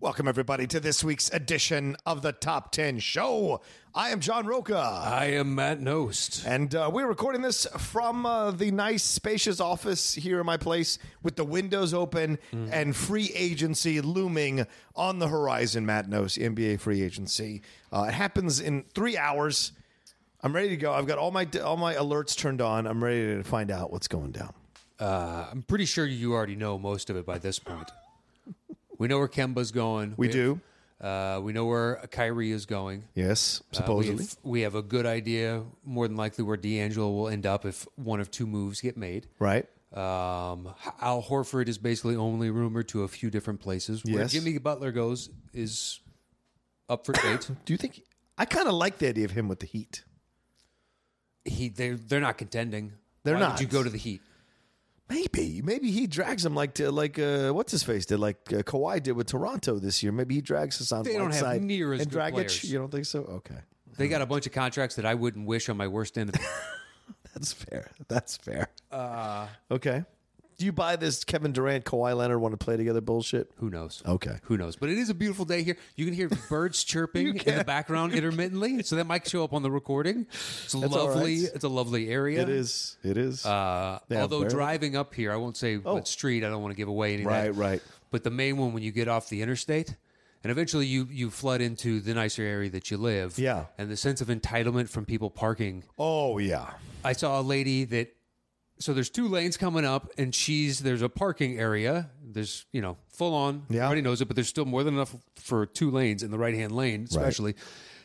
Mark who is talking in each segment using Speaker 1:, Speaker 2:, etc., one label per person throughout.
Speaker 1: Welcome, everybody, to this week's edition of the Top 10 Show. I am John Roca.
Speaker 2: I am Matt Nost.
Speaker 1: And uh, we're recording this from uh, the nice, spacious office here in my place with the windows open
Speaker 2: Mm-hmm.
Speaker 1: and free agency looming on the horizon. Matt knows NBA free agency. Uh, it happens in three hours. I'm ready to go. I've got all my all my alerts turned on. I'm ready to find out what's going down.
Speaker 2: Uh, I'm pretty sure you already know most of it by this point. We know where Kemba's going.
Speaker 1: We do.
Speaker 2: Uh, we know where Kyrie is going.
Speaker 1: Yes,
Speaker 2: Uh, we,
Speaker 1: supposedly.
Speaker 2: have, we have a good idea, more than likely, where D'Angelo will end up if one of two moves get made.
Speaker 1: right.
Speaker 2: Um, Al Horford is basically only rumored to a few different places. Where
Speaker 1: Yes.
Speaker 2: Jimmy Butler goes is up for debate.
Speaker 1: Do you think I kind of like the idea of him with the Heat?
Speaker 2: he they're they're not contending.
Speaker 1: They're
Speaker 2: Why
Speaker 1: not.
Speaker 2: Would you go to the Heat?
Speaker 1: Maybe, maybe he drags him like to like uh, what's his face did like uh, Kawhi did with Toronto this year. Maybe he drags us on
Speaker 2: They don't have
Speaker 1: Whiteside
Speaker 2: near as
Speaker 1: and
Speaker 2: good
Speaker 1: Dragic.
Speaker 2: players.
Speaker 1: You don't think so? Okay,
Speaker 2: They got a bunch of contracts that I wouldn't wish on my worst enemy.
Speaker 1: that's fair. That's fair.
Speaker 2: Uh.
Speaker 1: okay. Do you buy this Kevin Durant Kawhi Leonard want to play together bullshit?
Speaker 2: Who knows?
Speaker 1: Okay.
Speaker 2: Who knows? But it is a beautiful day here. You can hear birds chirping in the background intermittently, so that might show up on the recording. It's a
Speaker 1: all
Speaker 2: lovely.
Speaker 1: right.
Speaker 2: It's a lovely area.
Speaker 1: It is. It is.
Speaker 2: Uh,
Speaker 1: Yeah,
Speaker 2: although
Speaker 1: very-
Speaker 2: driving up here, I won't say
Speaker 1: Oh.
Speaker 2: what street. I don't want to give away any. of
Speaker 1: Right,
Speaker 2: that.
Speaker 1: right.
Speaker 2: But the main one when you get off the interstate, and eventually you you flood into the nicer area that you live.
Speaker 1: Yeah.
Speaker 2: And the sense of entitlement from people parking
Speaker 1: oh yeah.
Speaker 2: I saw a lady that so there's two lanes coming up and she's there's a parking area. There's you know, full on.
Speaker 1: Yeah.
Speaker 2: Everybody knows it, but there's still more than enough for two lanes in the right hand lane, especially.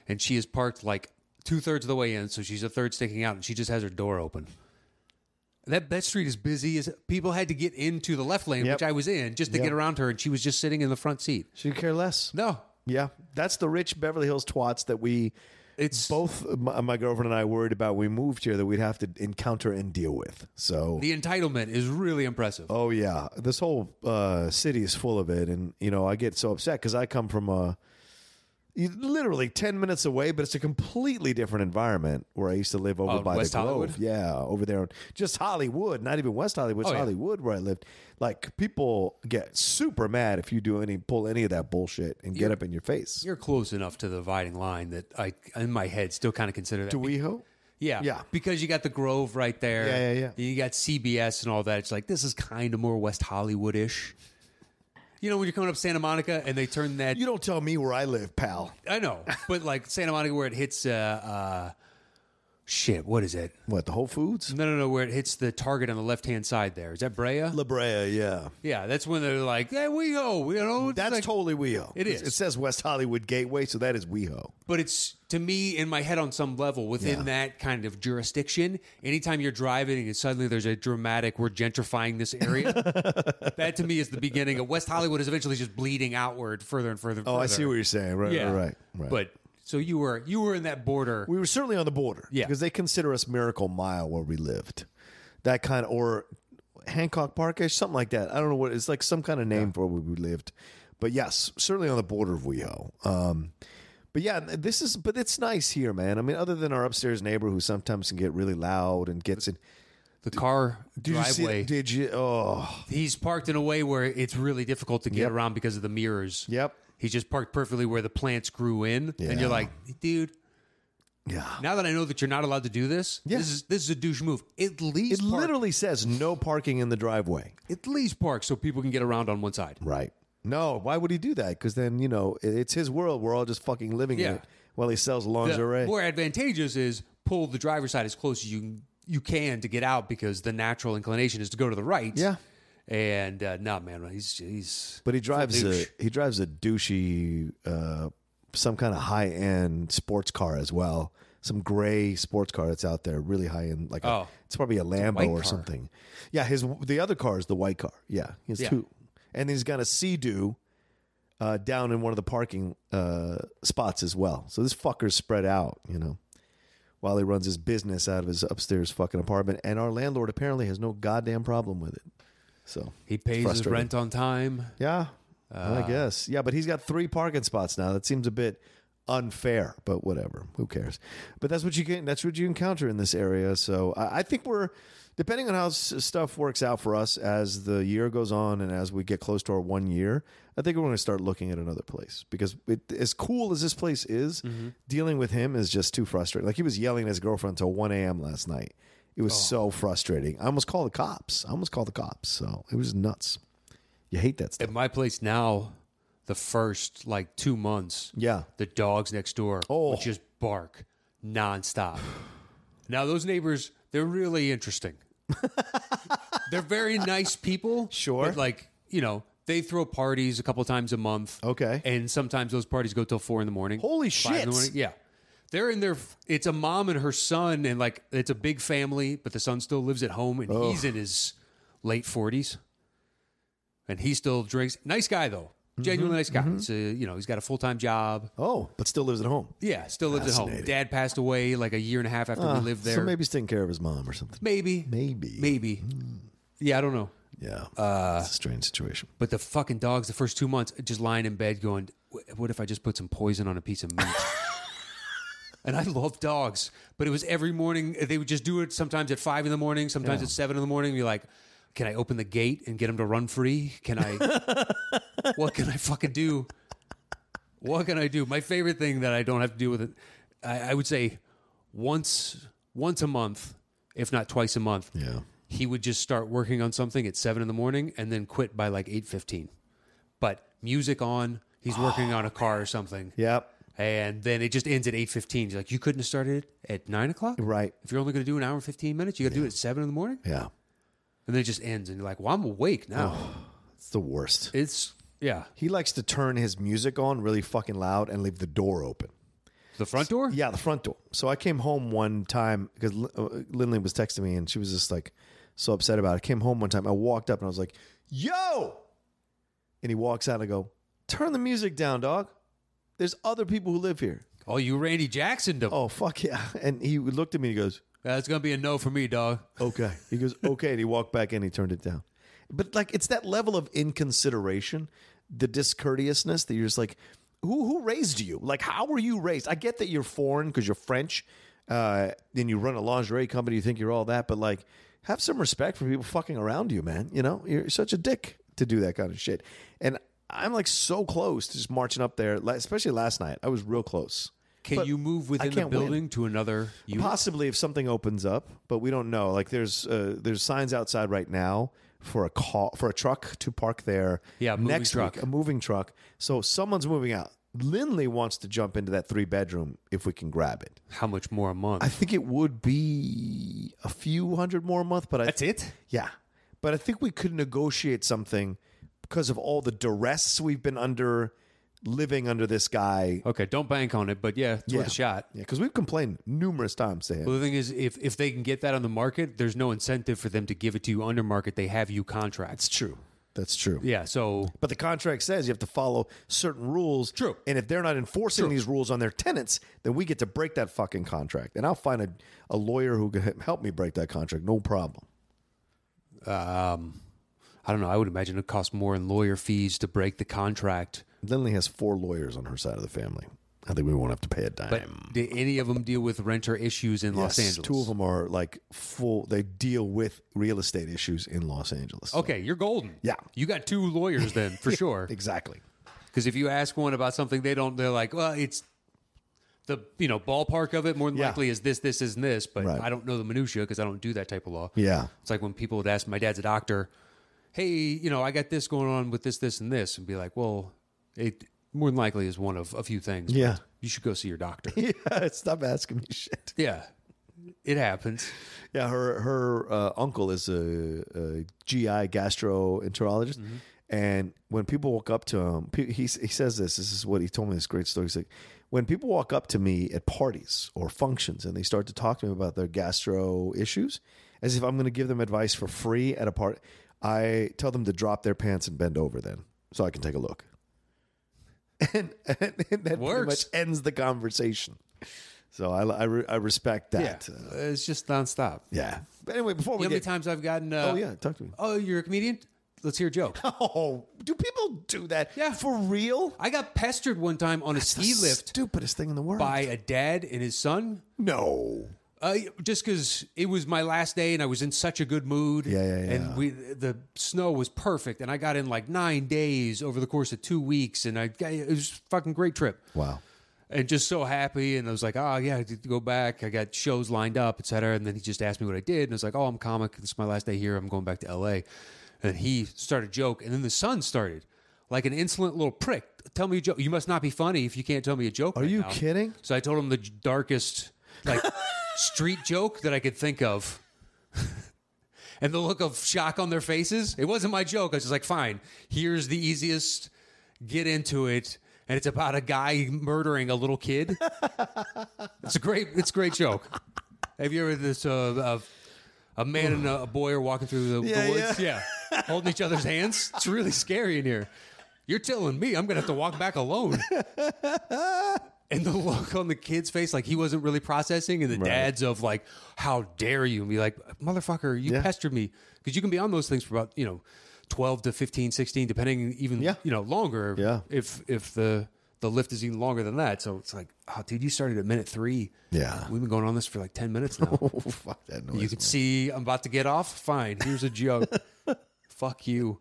Speaker 2: And she is parked like two thirds of the way in, so she's a third sticking out and she just has her door open. That that street is busy as people had to get into the left lane,
Speaker 1: Yep.
Speaker 2: which I was in, just to
Speaker 1: Yep.
Speaker 2: get around her, and she was just sitting in the front seat.
Speaker 1: Should care less.
Speaker 2: No.
Speaker 1: Yeah, that's the rich Beverly Hills twats that we
Speaker 2: It's
Speaker 1: both my, my girlfriend and I worried about when we moved here that we'd have to encounter and deal with. So
Speaker 2: the entitlement is really impressive.
Speaker 1: Oh yeah, this whole uh, city is full of it, and you know I get so upset because I come from a you- literally ten minutes away, but it's a completely different environment where I used to live over
Speaker 2: Oh,
Speaker 1: by
Speaker 2: West
Speaker 1: the Grove.
Speaker 2: Hollywood?
Speaker 1: Yeah, over there, just Hollywood, not even West Hollywood, it's
Speaker 2: yeah.
Speaker 1: Hollywood where I lived. Like people get super mad if you do any pull any of that bullshit and get up in your face.
Speaker 2: You're close enough to the dividing line that I, in my head, still kind of consider that.
Speaker 1: Do we hope?
Speaker 2: Yeah,
Speaker 1: Yeah.
Speaker 2: Because you got the Grove right there.
Speaker 1: Yeah, yeah, yeah.
Speaker 2: You got CBS and all that. It's like this is kind of more West Hollywood ish. You know, when you're coming up Santa Monica and they turn that.
Speaker 1: You don't tell me where I live, pal.
Speaker 2: I know, but like Santa Monica, where it hits. Uh, uh, shit, what is it?
Speaker 1: What the Whole Foods?
Speaker 2: No, no, no. Where it hits the target on the left hand side. There is that Brea.
Speaker 1: La Brea, yeah.
Speaker 2: Yeah, that's when they're like, "Hey, we go." You know, it's
Speaker 1: That's
Speaker 2: like-
Speaker 1: totally WeHo.
Speaker 2: It is.
Speaker 1: It says West Hollywood Gateway, so that is WeHo.
Speaker 2: But it's to me in my head on some level within
Speaker 1: Yeah.
Speaker 2: that kind of jurisdiction. Anytime you're driving and suddenly there's a dramatic we're gentrifying this area, that to me is the beginning of West Hollywood is eventually just bleeding outward further and further. And
Speaker 1: Oh, I see what you're saying. Right,
Speaker 2: yeah,
Speaker 1: right, right.
Speaker 2: But so you were you were in that border.
Speaker 1: we were certainly on the border.
Speaker 2: Yeah.
Speaker 1: Because they consider us Miracle Mile where we lived. That kind of, or Hancock Parkish, something like that. I don't know what it's like, some kind of name for where we lived. But yes, certainly on the border of WeHo. Um, but yeah, this is, but it's nice here, man. I mean, other than our upstairs neighbor who sometimes can get really loud and gets in.
Speaker 2: the car
Speaker 1: Did you see-
Speaker 2: driveway.
Speaker 1: Did you? Oh,
Speaker 2: he's parked in a way where it's really difficult to get around because of the mirrors.
Speaker 1: Yep.
Speaker 2: He's just parked perfectly where the plants grew in. And
Speaker 1: Yeah.
Speaker 2: you're like, dude,
Speaker 1: yeah.
Speaker 2: Now that I know that you're not allowed to do this,
Speaker 1: Yeah.
Speaker 2: this is this is a douche move. At least
Speaker 1: It
Speaker 2: park,
Speaker 1: literally says no parking in the driveway.
Speaker 2: at least park so people can get around on one side.
Speaker 1: Right. No, why would he do that? Because then, you know, it- it's his world. We're all just fucking living in
Speaker 2: Yeah.
Speaker 1: it while he sells
Speaker 2: The-
Speaker 1: lingerie.
Speaker 2: more advantageous is pull the driver's side as close as you you can to get out because the natural inclination is to go to the right.
Speaker 1: Yeah.
Speaker 2: And uh, nah, man, he's he's
Speaker 1: but he drives a
Speaker 2: douche.
Speaker 1: he drives a douchey uh, some kind of high end sports car as well. some gray sports car that's out there, really high end. Like a-
Speaker 2: Oh.
Speaker 1: it's probably a Lambo
Speaker 2: white
Speaker 1: or
Speaker 2: car.
Speaker 1: something. Yeah, his the other car is the white car. Yeah, he has
Speaker 2: Yeah.
Speaker 1: two, and he's got a Sea-Doo uh, down in one of the parking uh, spots as well. So this fucker's spread out, you know, while he runs his business out of his upstairs fucking apartment. And our landlord apparently has no goddamn problem with it. So
Speaker 2: He pays his
Speaker 1: frustrating.
Speaker 2: rent on time.
Speaker 1: yeah, I guess. Yeah, but he's got three parking spots now. That seems a bit unfair, but whatever. Who cares? But that's what you can. That's what you encounter in this area. So I, I think we're depending on how s- stuff works out for us as the year goes on and as we get close to our one year. I think we're going to start looking at another place because it, as cool as this place is, dealing with him is just too frustrating. Like he was yelling at his girlfriend until one a.m. last night. It was so frustrating. I almost called the cops. I almost called the cops. So it was nuts. You hate that stuff.
Speaker 2: At my place now, the first like two months,
Speaker 1: Yeah.
Speaker 2: the dogs next door
Speaker 1: Oh.
Speaker 2: would just bark nonstop. now those neighbors, they're really interesting. they're very nice people.
Speaker 1: Sure.
Speaker 2: But like, you know, they throw parties a couple times a month.
Speaker 1: Okay.
Speaker 2: And sometimes those parties go till four in the morning.
Speaker 1: Oh. Holy
Speaker 2: five in
Speaker 1: shit.
Speaker 2: the morning. Yeah. They're in their it's a mom and her son and like it's a big family, but the son still lives at home and he's in his late forties. And he still drinks. Nice guy though.
Speaker 1: Mm-hmm.
Speaker 2: Genuinely nice guy. He's a, you know, he's got a full time job.
Speaker 1: Oh, but still lives at home.
Speaker 2: Yeah, still lives at home.
Speaker 1: Fascinating. Uh,
Speaker 2: Dad passed away like a year and a half after we lived there.
Speaker 1: So maybe he's taking care of his mom or something.
Speaker 2: maybe,
Speaker 1: Maybe. Hmm.
Speaker 2: maybe. Yeah, I don't know.
Speaker 1: Yeah. Uh, it's a strange situation.
Speaker 2: But the fucking dogs, the first two months, just lying in bed going, "Wh- "What if I just put some poison on a piece of meat?" and I love dogs, but it was every morning. They would just do it. Sometimes at five in the morning, sometimes at seven in the morning. You're like, "Can I open the gate and get him to run free? Can I? what can I fucking do? What can I do?" My favorite thing that I don't have to deal with it, I, I would say, once once a month, if not twice a month
Speaker 1: Yeah.
Speaker 2: he would just start working on something at seven in the morning and then quit by like eight fifteen. But music on, he's working
Speaker 1: Oh,
Speaker 2: on a car or something,
Speaker 1: Yep.
Speaker 2: and then it just ends at eight fifteen. He's like, "You couldn't have started it at nine o'clock,
Speaker 1: Right.
Speaker 2: If you're only going to do an hour and fifteen minutes, you got to do it at seven in the morning."
Speaker 1: Yeah.
Speaker 2: And then it just ends, and you're like, "Well, I'm awake now."
Speaker 1: Oh. It's the worst.
Speaker 2: It's yeah,
Speaker 1: He likes to turn his music on really fucking loud and leave the door open.
Speaker 2: the front door.
Speaker 1: Yeah, the front door. So I came home one time because Lin- uh, Lindley was texting me and she was just like so upset about it. I came home one time. I walked up and I was like, yo. And he walks out and I go, turn the music down, dog. There's other people who live here.
Speaker 2: Oh, you Randy Jackson? Oh.
Speaker 1: Oh, fuck yeah. And he looked at me and he goes,
Speaker 2: That's gonna be a no for me, dog.
Speaker 1: Okay. He goes, okay. And he walked back in, he turned it down. But like, it's that level of inconsideration, the discourteousness that you're just like, who, who raised you? Like, how were you raised? I get that you're foreign because you're French uh, and you run a lingerie company, you think you're all that, but like, have some respect for people fucking around you, man. You know, you're such a dick to do that kind of shit. And I'm like so close to just marching up there, like, especially last night. I was real close.
Speaker 2: Can
Speaker 1: But
Speaker 2: you move within the
Speaker 1: can't win.
Speaker 2: building to another? unit?
Speaker 1: Possibly if something opens up, but we don't know. Like there's uh, there's signs outside right now for a call for a truck to park there.
Speaker 2: Yeah, a moving
Speaker 1: next
Speaker 2: truck.
Speaker 1: week a moving truck. So someone's moving out. Lindley wants to jump into that three bedroom if we can grab it.
Speaker 2: How much more a month?
Speaker 1: I think it would be a few hundred more a month, but I
Speaker 2: it.
Speaker 1: yeah. But I think we could negotiate something because of all the duress we've been under living under this guy.
Speaker 2: Okay, don't bank on it, but yeah, it's worth a shot.
Speaker 1: Yeah, because we've complained numerous times to him.
Speaker 2: Well, the thing is, if if they can get that on the market, there's no incentive for them to give it to you under market. They have you contracts.
Speaker 1: That's true. That's true.
Speaker 2: Yeah, so
Speaker 1: But the contract says you have to follow certain rules.
Speaker 2: True.
Speaker 1: And if they're not enforcing these rules on their tenants, then we get to break that fucking contract. And I'll find a, a lawyer who can help me break that contract. No problem.
Speaker 2: um, I don't know. I would imagine it costs more in lawyer fees to break the contract.
Speaker 1: Lindley has four lawyers on her side of the family. I think we won't have to pay a dime.
Speaker 2: But did any of them deal with renter issues in Los
Speaker 1: Yes,
Speaker 2: Angeles?
Speaker 1: Two of them are like full, they deal with real estate issues in Los Angeles. So-
Speaker 2: Okay, you're golden.
Speaker 1: Yeah.
Speaker 2: you got two lawyers then for sure.
Speaker 1: Exactly.
Speaker 2: Because if you ask one about something, they don't. They're like, well, it's the you know ballpark of it. More than
Speaker 1: Yeah.
Speaker 2: likely is this, this, is and this. But
Speaker 1: Right.
Speaker 2: I don't know the minutia because I don't do that type of law.
Speaker 1: Yeah.
Speaker 2: It's like when people would ask, my dad's a doctor, hey, you know, I got this going on with this, this, and this, and be like, well, it more than likely is one of a few things. but
Speaker 1: Yeah.
Speaker 2: You should go see your doctor.
Speaker 1: Yeah. Stop asking me shit.
Speaker 2: yeah. It happens.
Speaker 1: Yeah, her her uh, uncle is a, a GI gastroenterologist, And when people walk up to him, pe- he, s- he says this. This is what he told me this great story. He's like, when people walk up to me at parties or functions and they start to talk to me about their gastro issues, as if I'm going to give them advice for free at a party, I tell them to drop their pants and bend over then so I can take a look. And, and, that pretty much
Speaker 2: Works.
Speaker 1: ends the conversation. So I, I, re- I respect that. Uh,
Speaker 2: it's just nonstop.
Speaker 1: yeah. But anyway, before
Speaker 2: You
Speaker 1: we
Speaker 2: know how many
Speaker 1: get.
Speaker 2: times I've gotten? Uh,
Speaker 1: oh, yeah. Talk to me.
Speaker 2: Oh, you're a comedian. Let's hear a joke.
Speaker 1: Oh, do people do that?
Speaker 2: Yeah.
Speaker 1: For real?
Speaker 2: I got pestered one time on a ski lift
Speaker 1: Stupidest thing in the world.
Speaker 2: by a dad and his son.
Speaker 1: No.
Speaker 2: Uh, just because it was my last day and I was in such a good mood.
Speaker 1: Yeah, yeah, yeah.
Speaker 2: And we, the snow was perfect, and I got in like nine days over the course of two weeks, and I it was a fucking great trip.
Speaker 1: Wow.
Speaker 2: And just so happy, and I was like, oh yeah, I need to go back. I got shows lined up, et cetera. And then he just asked me what I did, and I was like, oh, I'm a comic. This is my last day here. I'm going back to L.A. And he started a joke, and then the son started, like an insolent little prick. Tell me a joke. You must not be funny if you can't tell me a joke.
Speaker 1: Are you kidding?
Speaker 2: So I told him the j- darkest like street joke that I could think of. and the look of shock on their faces. It wasn't my joke. I was just like, fine, here's the easiest get into it. And it's about a guy murdering a little kid. it's a great it's a great joke. Have you ever this uh, a, a man and a, a boy are walking through the,
Speaker 1: Yeah,
Speaker 2: the woods? Yeah. Holding each other's hands. It's really scary in here. You're telling me I'm gonna have to walk back alone. And the look on the kid's face, like he wasn't really processing, and the dad's of like, "How dare you?" And be like, "Motherfucker, you
Speaker 1: Yeah.
Speaker 2: pestered me," because you can be on those things for about you know, twelve to 15, 16, depending even
Speaker 1: Yeah.
Speaker 2: you know longer.
Speaker 1: Yeah.
Speaker 2: If if the the lift is even longer than that, so it's like, "Oh, dude, you started at minute three.
Speaker 1: Yeah.
Speaker 2: we've been going on this for like ten minutes now.
Speaker 1: Oh, fuck that noise.
Speaker 2: you can see I'm about to get off. Fine, here's a joke. Fuck you.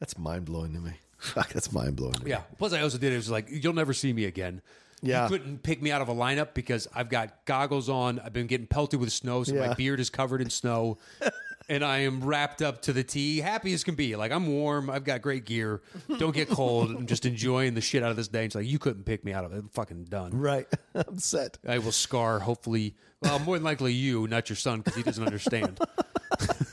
Speaker 1: that's mind blowing to me. Fuck, that's mind blowing to me.
Speaker 2: Yeah. Plus, I also did. It was like you'll never see me again.
Speaker 1: Yeah.
Speaker 2: You couldn't pick me out of a lineup because I've got goggles on. I've been getting pelted with snow, so
Speaker 1: Yeah.
Speaker 2: my beard is covered in snow, and I am wrapped up to the T, happy as can be. Like I'm warm. I've got great gear. Don't get cold. I'm just enjoying the shit out of this day. It's like you couldn't pick me out of it. I'm fucking done.
Speaker 1: Right. I'm set.
Speaker 2: I will scar. Hopefully, well, more than likely you, not your son, because he doesn't understand.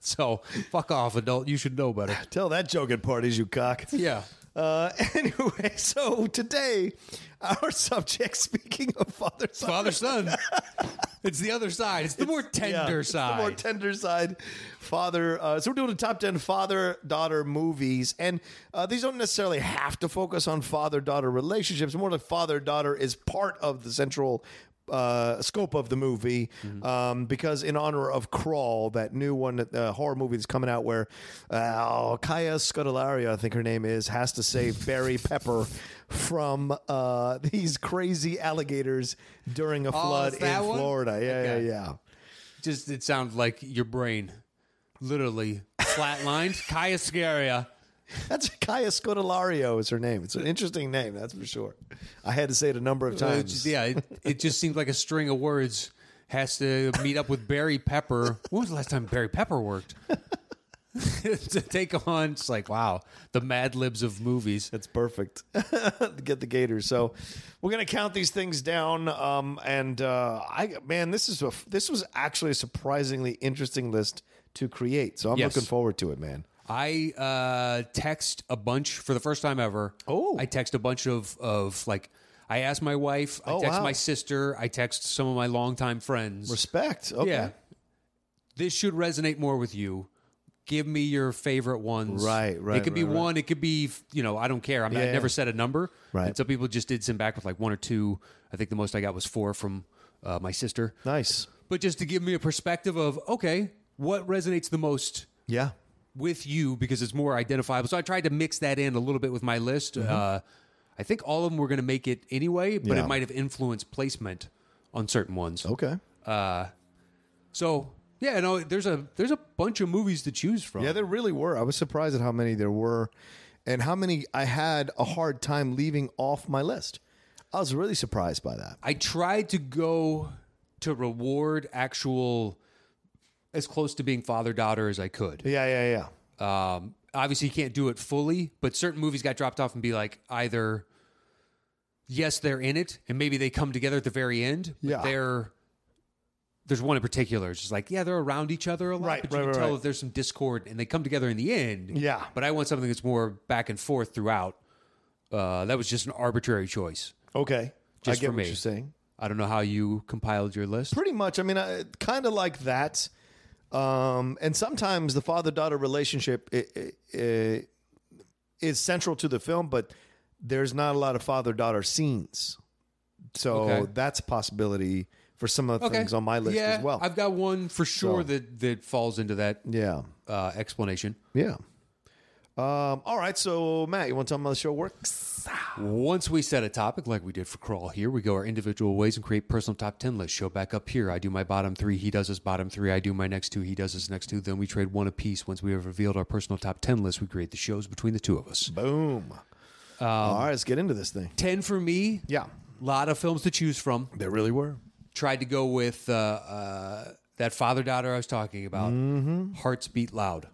Speaker 2: so fuck off, adult. You should know better.
Speaker 1: Tell that joke at parties, you cock.
Speaker 2: Yeah.
Speaker 1: Uh, anyway, so today, our subject, speaking of father son,
Speaker 2: father son. It's the other side. It's the more tender
Speaker 1: it's
Speaker 2: side.
Speaker 1: The more tender side. Father. Uh, so we're doing a top 10 father daughter movies. And uh, these don't necessarily have to focus on father daughter relationships. More like father daughter is part of the central. Uh, scope of the movie
Speaker 2: Mm-hmm.
Speaker 1: um, because in honor of Crawl, that new one, uh, horror movie that's coming out where uh, Kaya Scodelario, I think her name is, has to save Barry Pepper from uh, these crazy alligators during a flood
Speaker 2: it's
Speaker 1: in
Speaker 2: Oh, that one?
Speaker 1: Florida. Yeah,
Speaker 2: Okay.
Speaker 1: yeah, yeah.
Speaker 2: Just it sounds like your brain literally flatlined. Kaya Scaria.
Speaker 1: That's Kaya Scodelario is her name. It's an interesting name, that's for sure. I had to say it a number of
Speaker 2: Uh,
Speaker 1: times.
Speaker 2: just- yeah, it, it just seems like a string of words has to meet up with Barry Pepper. When was the last time Barry Pepper worked? to take on, it's like wow, the Mad Libs of movies.
Speaker 1: That's perfect. Get the Gators. So we're gonna count these things down. Um, and uh, I man, this is a, this was actually a surprisingly interesting list to create. So I'm
Speaker 2: Yes.
Speaker 1: looking forward to it, man.
Speaker 2: I uh, text a bunch for the first time ever.
Speaker 1: Oh.
Speaker 2: I text a bunch of of like I asked my wife, I text
Speaker 1: Oh, wow.
Speaker 2: my sister, I text some of my longtime friends.
Speaker 1: Respect. Okay.
Speaker 2: Yeah. This should resonate more with you. Give me your favorite ones.
Speaker 1: Right, right,
Speaker 2: It could be
Speaker 1: right, right.
Speaker 2: one, it could be, you know, I don't care. I'm
Speaker 1: Yeah.
Speaker 2: I never set a number.
Speaker 1: Right.
Speaker 2: And some people just did send back with like one or two. I think the most I got was four from uh, my sister.
Speaker 1: Nice.
Speaker 2: But just to give me a perspective of, okay, what resonates the most
Speaker 1: Yeah.
Speaker 2: with you because it's more identifiable. So I tried to mix that in a little bit with my list. Uh, I think all of them were going to make it anyway, but
Speaker 1: Yeah. Oh.
Speaker 2: it might have influenced placement on certain ones.
Speaker 1: Okay.
Speaker 2: So yeah, no, there's a there's a bunch of movies to choose from.
Speaker 1: Yeah, there really were. I was surprised at how many there were and how many I had a hard time leaving off my list. I was really surprised by that.
Speaker 2: I tried to go to reward actual as close to being father daughter as I could.
Speaker 1: Yeah, yeah, yeah.
Speaker 2: Um, obviously, you can't do it fully, but certain movies got dropped off and be like either yes, they're in it, and maybe they come together at the very end. But
Speaker 1: Yeah.
Speaker 2: they're there's one in particular. It's just like, yeah, they're around each other a lot,
Speaker 1: Right,
Speaker 2: but you
Speaker 1: right,
Speaker 2: can
Speaker 1: right,
Speaker 2: tell
Speaker 1: right.
Speaker 2: that there's some discord, and they come together in the end.
Speaker 1: Yeah.
Speaker 2: But I want something that's more back and forth throughout. Uh, that was just an arbitrary choice.
Speaker 1: Okay.
Speaker 2: Just
Speaker 1: I get
Speaker 2: for
Speaker 1: what
Speaker 2: me.
Speaker 1: you're saying.
Speaker 2: I don't know how you compiled your list.
Speaker 1: Pretty much. I mean, I, kind of like that. Um, and sometimes the father daughter relationship i i i is central to the film, but there's not a lot of father daughter scenes. So
Speaker 2: Okay.
Speaker 1: that's a possibility for some of the things on my list
Speaker 2: yeah,
Speaker 1: as well.
Speaker 2: I've got one for sure
Speaker 1: So-
Speaker 2: that that falls into that
Speaker 1: yeah.
Speaker 2: uh, explanation.
Speaker 1: Yeah. Um, all right. So, Matt, you want to tell me how the show works?
Speaker 2: Once we set a topic like we did for Crawl here, we go our individual ways and create personal top 10 lists. Show back up here. I do my bottom three. He does his bottom three. I do my next two. He does his next two. Then we trade one apiece. Once we have revealed our personal top 10 list, we create the shows between the two of us.
Speaker 1: Boom.
Speaker 2: Um,
Speaker 1: all right. Let's get into this thing.
Speaker 2: 10 for me.
Speaker 1: Yeah.
Speaker 2: lot of films to choose from.
Speaker 1: There really were.
Speaker 2: Tried to go with uh, uh, that father daughter I was talking about. Hearts Beat Loud.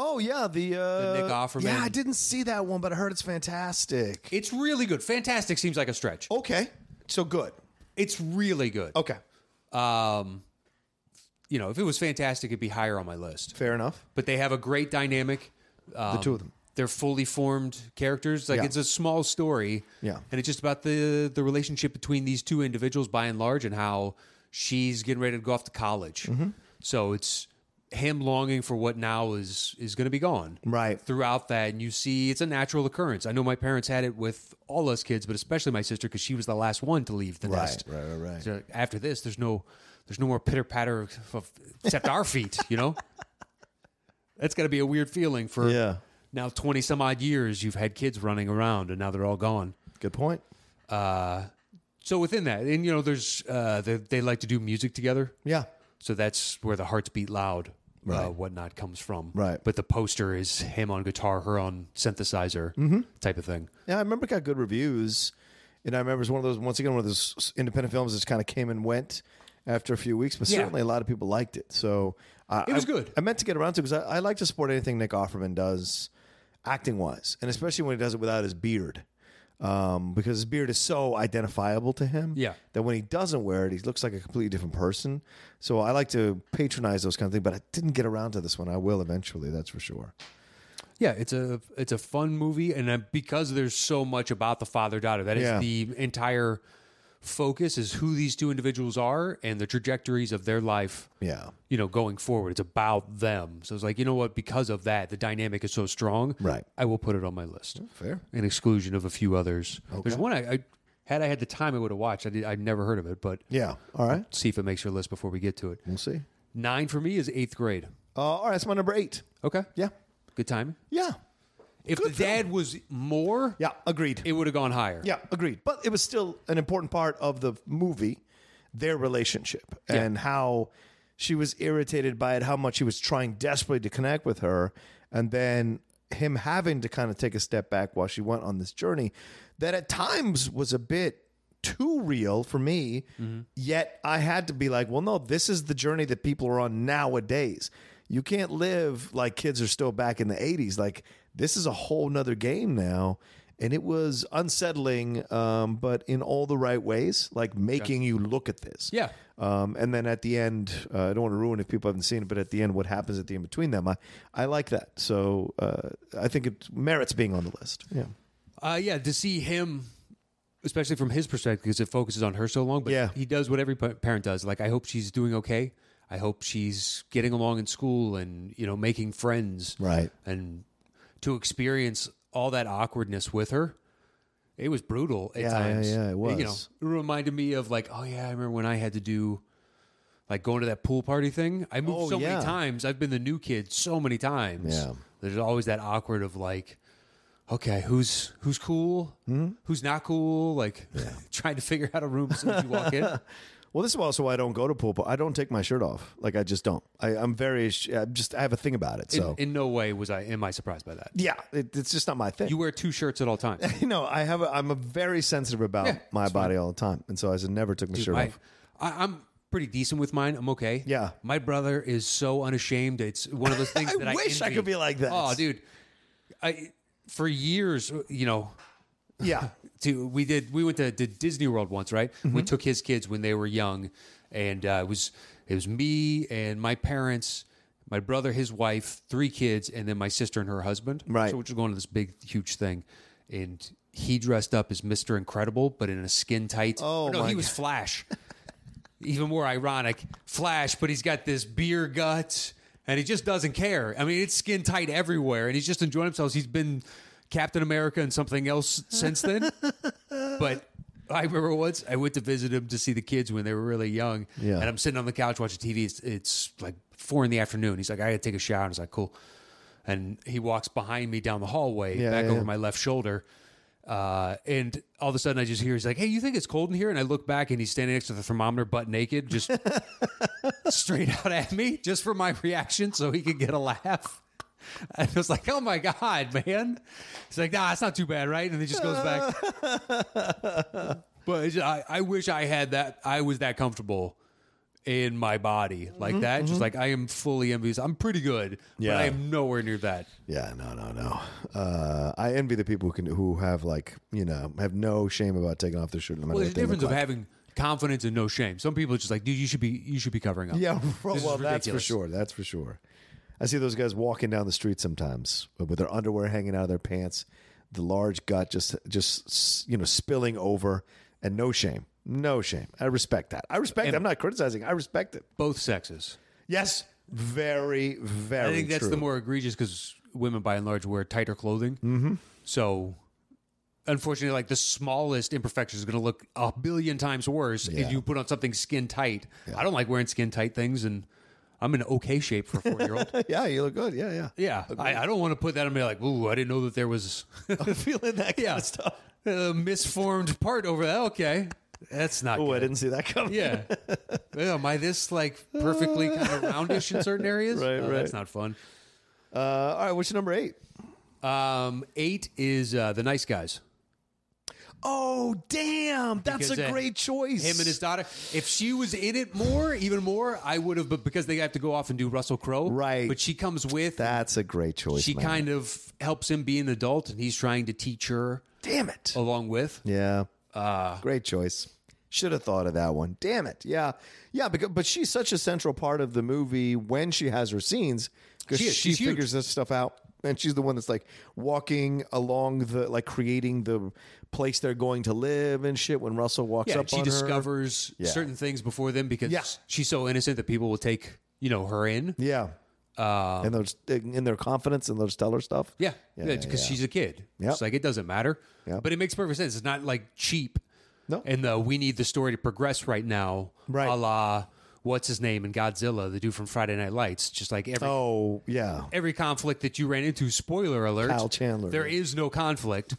Speaker 1: Oh yeah, the, uh,
Speaker 2: The Nick Offerman.
Speaker 1: Yeah, I didn't see that one, but I heard it's fantastic.
Speaker 2: It's really good. Fantastic seems like a stretch.
Speaker 1: Okay, so good.
Speaker 2: It's really good.
Speaker 1: Okay,
Speaker 2: Um, you know, if it was fantastic, it'd be higher on my list.
Speaker 1: fair enough.
Speaker 2: but they have a great dynamic. Um,
Speaker 1: two of them.
Speaker 2: They're fully formed characters. Like
Speaker 1: Yeah.
Speaker 2: it's a small story.
Speaker 1: Yeah.
Speaker 2: And it's just about the the relationship between these two individuals by and large and how she's getting ready to go off to college.
Speaker 1: Mm-hmm.
Speaker 2: So it's him longing for what now is is going to be gone.
Speaker 1: Right.
Speaker 2: Throughout that and you see it's a natural occurrence. I know my parents had it with all us kids, but especially my sister cuz she was the last one to leave the nest.
Speaker 1: right, right, right.
Speaker 2: So after this there's no there's no more pitter-patter of- of- except our feet, you know? That's got to be a weird feeling for
Speaker 1: Yeah.
Speaker 2: now 20 some odd years you've had kids running around and now they're all gone.
Speaker 1: Good point.
Speaker 2: So within that, and you know, there's uh, they, they like to do music together.
Speaker 1: Yeah,
Speaker 2: So that's where the hearts beat loud, uh, whatnot comes from.
Speaker 1: Right.
Speaker 2: But the poster is him on guitar, her on synthesizer
Speaker 1: Mm-hmm.
Speaker 2: type of thing.
Speaker 1: yeah. I remember it got good reviews, and I remember it's one of those once again one of those s- independent films that kind of came and went after a few weeks, but
Speaker 2: Yeah.
Speaker 1: certainly a lot of people liked it. So I,
Speaker 2: It was
Speaker 1: I-
Speaker 2: good.
Speaker 1: I meant to get around to because I, I like to support anything Nick Offerman does, acting wise, and especially when he does it without his beard, um, because his beard is so identifiable to him.
Speaker 2: Yeah.
Speaker 1: That when he doesn't wear it, he looks like a completely different person. So I like to patronize those kind of things, but I didn't get around to this one. I will eventually, that's for sure.
Speaker 2: Yeah, it's a it's a fun movie, and uh, because there's so much about the father daughter, that is
Speaker 1: Yeah.
Speaker 2: the entire focus is who these two individuals are and the trajectories of their life.
Speaker 1: Yeah.
Speaker 2: you know, going forward. It's about them. So it's like, you know what? Because of that, the dynamic is so strong.
Speaker 1: Right.
Speaker 2: I will put it on my list.
Speaker 1: Fair.
Speaker 2: In exclusion of a few others. There's one I, I had I had the time I would have watched. I did, I'd never heard of it, but
Speaker 1: Yeah. All right.
Speaker 2: see if it makes your list before we get to it.
Speaker 1: We'll see.
Speaker 2: Nine for me is eighth grade.
Speaker 1: Uh, all right. That's my number eight.
Speaker 2: Okay.
Speaker 1: Yeah.
Speaker 2: Good time.
Speaker 1: Yeah.
Speaker 2: If
Speaker 1: Good
Speaker 2: the dad was more,
Speaker 1: Yeah. Agreed.
Speaker 2: it would have gone higher.
Speaker 1: Yeah, agreed. But it was still an important part of the movie, their relationship and how she was irritated by it, how much he was trying desperately to connect with her, and then him having to kind of take a step back while she went on this journey that at times was a bit too real for me. Yet I had to be like, well, no, this is the journey that people are on nowadays. You can't live like kids are still back in the 80s. Like, this is a whole nother game now. And it was unsettling, um, but in all the right ways, like making you look at this.
Speaker 2: Yeah.
Speaker 1: Um, and then at the end, uh, I don't want to ruin if people haven't seen it, but at the end, what happens at the in between them, I, I like that. So uh, I think it merits being on the list. Yeah.
Speaker 2: Uh, yeah, to see him, especially from his perspective, because it focuses on her so long. But
Speaker 1: Yeah.
Speaker 2: he does what every pa- parent does. Like, I hope she's doing okay. I hope she's getting along in school and you know making friends.
Speaker 1: Right.
Speaker 2: And to experience all that awkwardness with her, it was brutal at
Speaker 1: Yeah, yeah,
Speaker 2: times.
Speaker 1: yeah, it
Speaker 2: You know,
Speaker 1: was.
Speaker 2: it reminded me of like, oh yeah, I remember when I had to do. Like going to that pool party thing, I moved
Speaker 1: Oh,
Speaker 2: so
Speaker 1: yeah.
Speaker 2: many times. I've been the new kid so many times.
Speaker 1: Yeah.
Speaker 2: there's always that awkward of like, okay, who's who's cool,
Speaker 1: Mm-hmm.
Speaker 2: who's not cool, like trying to figure out a room as soon as you walk in.
Speaker 1: Well, this is also why I don't go to pool, but I don't take my shirt off. Like I just don't. I, I'm very. sh- I'm just. I have a thing about it.
Speaker 2: In,
Speaker 1: So
Speaker 2: in no way was I am I surprised by that.
Speaker 1: yeah, it, it's just not my thing.
Speaker 2: You
Speaker 1: You,
Speaker 2: wear two shirts at all times.
Speaker 1: know, I have. A, I'm a very sensitive about
Speaker 2: Yeah,
Speaker 1: my body all the time, and so I just never took my shirt
Speaker 2: I,
Speaker 1: off.
Speaker 2: I, I'm pretty decent with mine. I'm okay.
Speaker 1: Yeah.
Speaker 2: my brother is so unashamed. It's one of those things
Speaker 1: I
Speaker 2: that I
Speaker 1: wish I
Speaker 2: envy.
Speaker 1: could be like that.
Speaker 2: Oh, dude, I for years, you know,
Speaker 1: Yeah, Mm-hmm.
Speaker 2: to we did we went to, to Disney World once, right? We took his kids when they were young, and uh, it was it was me and my parents, my brother, his wife, three kids, and then my sister and her husband.
Speaker 1: Right.
Speaker 2: So which was going to this big huge thing, and he dressed up as Mister Incredible, but in a skin tight.
Speaker 1: Oh,
Speaker 2: no,
Speaker 1: my
Speaker 2: he was Flash. Even more ironic, Flash, but he's got this beer gut, and he just doesn't care. I mean, it's skin tight everywhere, and he's just enjoying himself. He's been Captain America and something else since then. but I remember once I went to visit him to see the kids when they were really young.
Speaker 1: Yeah.
Speaker 2: And I'm sitting on the couch watching TV. It's, it's like four in the afternoon. He's like, I gotta take a shower. And I was like, cool. And he walks behind me down the hallway,
Speaker 1: Yeah,
Speaker 2: back
Speaker 1: yeah,
Speaker 2: over
Speaker 1: yeah.
Speaker 2: my left shoulder. Uh, and all of a sudden I just hear he's like, Hey, you think it's cold in here? And I look back and he's standing next to the thermometer, butt naked, just straight out at me, just for my reaction so he could get a laugh. I was like, oh my God, man. He's like, nah, it's not too bad, right? And he just goes back. But it's- I, I wish I had that. I was that comfortable in my body like that. Just like I am fully envious. I'm pretty good,
Speaker 1: Mm-hmm, Yeah.
Speaker 2: but I am nowhere near that.
Speaker 1: Yeah, no, no, no. Uh, I envy the people who can who have like you know have no shame about taking off their shirt no matter
Speaker 2: Well, there's
Speaker 1: what they
Speaker 2: a
Speaker 1: look
Speaker 2: difference of
Speaker 1: like.
Speaker 2: having confidence and no shame. Some people are just like, dude, you should be you should be covering up.
Speaker 1: Yeah, well,
Speaker 2: This is
Speaker 1: well, that's for
Speaker 2: ridiculous.
Speaker 1: sure. That's for sure. I see those guys walking down the street sometimes with their underwear hanging out of their pants, the large gut just just you know spilling over, and no shame, no shame. I respect that. I respect. it. I'm not criticizing. I respect it.
Speaker 2: Both sexes.
Speaker 1: Yes, very, very.
Speaker 2: I think that's
Speaker 1: true.
Speaker 2: the more egregious because women, by and large, wear tighter clothing. Mm-hmm. So, unfortunately, like the smallest imperfection is going to look a billion times worse
Speaker 1: Yeah.
Speaker 2: if you put on something skin tight. I don't like wearing skin tight things, and I'm in okay shape for a four year old.
Speaker 1: Yeah, you look good. Yeah, yeah.
Speaker 2: yeah, I, I don't want to put that on me like, ooh, I didn't know that there was feeling that kind of stuff. A misformed part over that. Okay, that's not.
Speaker 1: Oh, I
Speaker 2: good.
Speaker 1: didn't see that coming.
Speaker 2: Yeah. Yeah, Am I this like perfectly kind of roundish in certain areas?
Speaker 1: Right,
Speaker 2: No, That's
Speaker 1: right.
Speaker 2: not fun.
Speaker 1: Uh, all right, what's your number eight?
Speaker 2: Um, eight is uh, the nice guys.
Speaker 1: Oh, damn! That's
Speaker 2: Because,
Speaker 1: a
Speaker 2: uh,
Speaker 1: great choice.
Speaker 2: Him and his daughter. If she was in it more, even more, I would have. But because they have to go off and do Russell Crowe,
Speaker 1: Right.
Speaker 2: But she comes with.
Speaker 1: That's a great choice.
Speaker 2: she
Speaker 1: man.
Speaker 2: kind of helps him be an adult, and he's trying to teach her
Speaker 1: Damn it.
Speaker 2: along with.
Speaker 1: Yeah.
Speaker 2: Uh,
Speaker 1: Great choice. Should have thought of that one. Damn it. Yeah. Yeah, because, but she's such a central part of the movie when she has her scenes because
Speaker 2: She
Speaker 1: she,
Speaker 2: is. She's huge.
Speaker 1: figures this stuff out. And she's the one that's like walking along the, like creating the place they're going to live and shit when Russell walks
Speaker 2: Yeah,
Speaker 1: up
Speaker 2: she
Speaker 1: on her.
Speaker 2: discovers
Speaker 1: Yeah.
Speaker 2: certain things before them because
Speaker 1: Yeah.
Speaker 2: she's so innocent that people will take you know her in.
Speaker 1: Yeah. and those in their confidence and those stellar stuff.
Speaker 2: um, Yeah,
Speaker 1: Yeah,
Speaker 2: because
Speaker 1: yeah.
Speaker 2: she's a kid.
Speaker 1: Yep.
Speaker 2: It's like it doesn't matter.
Speaker 1: Yep.
Speaker 2: But it makes perfect sense. It's not like cheap.
Speaker 1: No.
Speaker 2: And the we need the story to progress right now.
Speaker 1: Right.
Speaker 2: A la what's his name in Godzilla, the dude from Friday Night Lights. Just like every
Speaker 1: Oh, yeah.
Speaker 2: every conflict that you ran into, spoiler alert.
Speaker 1: Kyle Chandler.
Speaker 2: There is no conflict.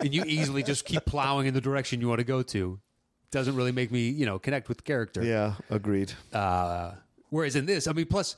Speaker 2: and you easily just keep plowing in the direction you want to go to. Doesn't really make me, you know, connect with the character.
Speaker 1: Yeah, agreed.
Speaker 2: Uh, whereas in this, I mean, plus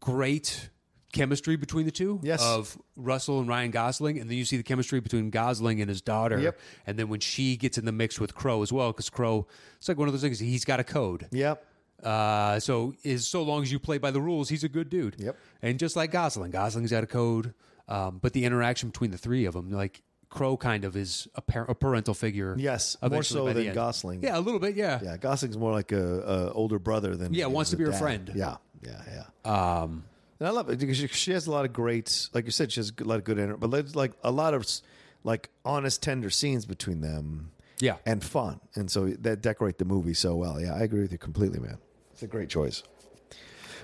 Speaker 2: great chemistry between the two
Speaker 1: Yes.
Speaker 2: of Russell and Ryan Gosling, and then you see the chemistry between Gosling and his daughter,
Speaker 1: Yep.
Speaker 2: and then when she gets in the mix with Crow as well, because Crow, it's like one of those things. He's got a code,
Speaker 1: Yep.
Speaker 2: uh, so is so long as you play by the rules, he's a good dude.
Speaker 1: Yep.
Speaker 2: And just like Gosling, Gosling's got a code, um, but the interaction between the three of them, like. Crow kind of is a, par- a parental figure.
Speaker 1: Yes, more
Speaker 2: eventually
Speaker 1: so
Speaker 2: by the
Speaker 1: than
Speaker 2: end.
Speaker 1: Gosling.
Speaker 2: Yeah, a little bit. Yeah.
Speaker 1: Yeah, Gosling's more like a, a older brother than
Speaker 2: Yeah,
Speaker 1: he
Speaker 2: wants
Speaker 1: is
Speaker 2: to be her
Speaker 1: dad.
Speaker 2: friend.
Speaker 1: Yeah, yeah, yeah. Um, and I love it because she, she has a lot of great, like you said, she has a lot of good, inter- but there's like a lot of s- like honest, tender scenes between them.
Speaker 2: Yeah.
Speaker 1: and fun, and so that decorate the movie so well. Yeah, I agree with you completely, man. It's a great choice.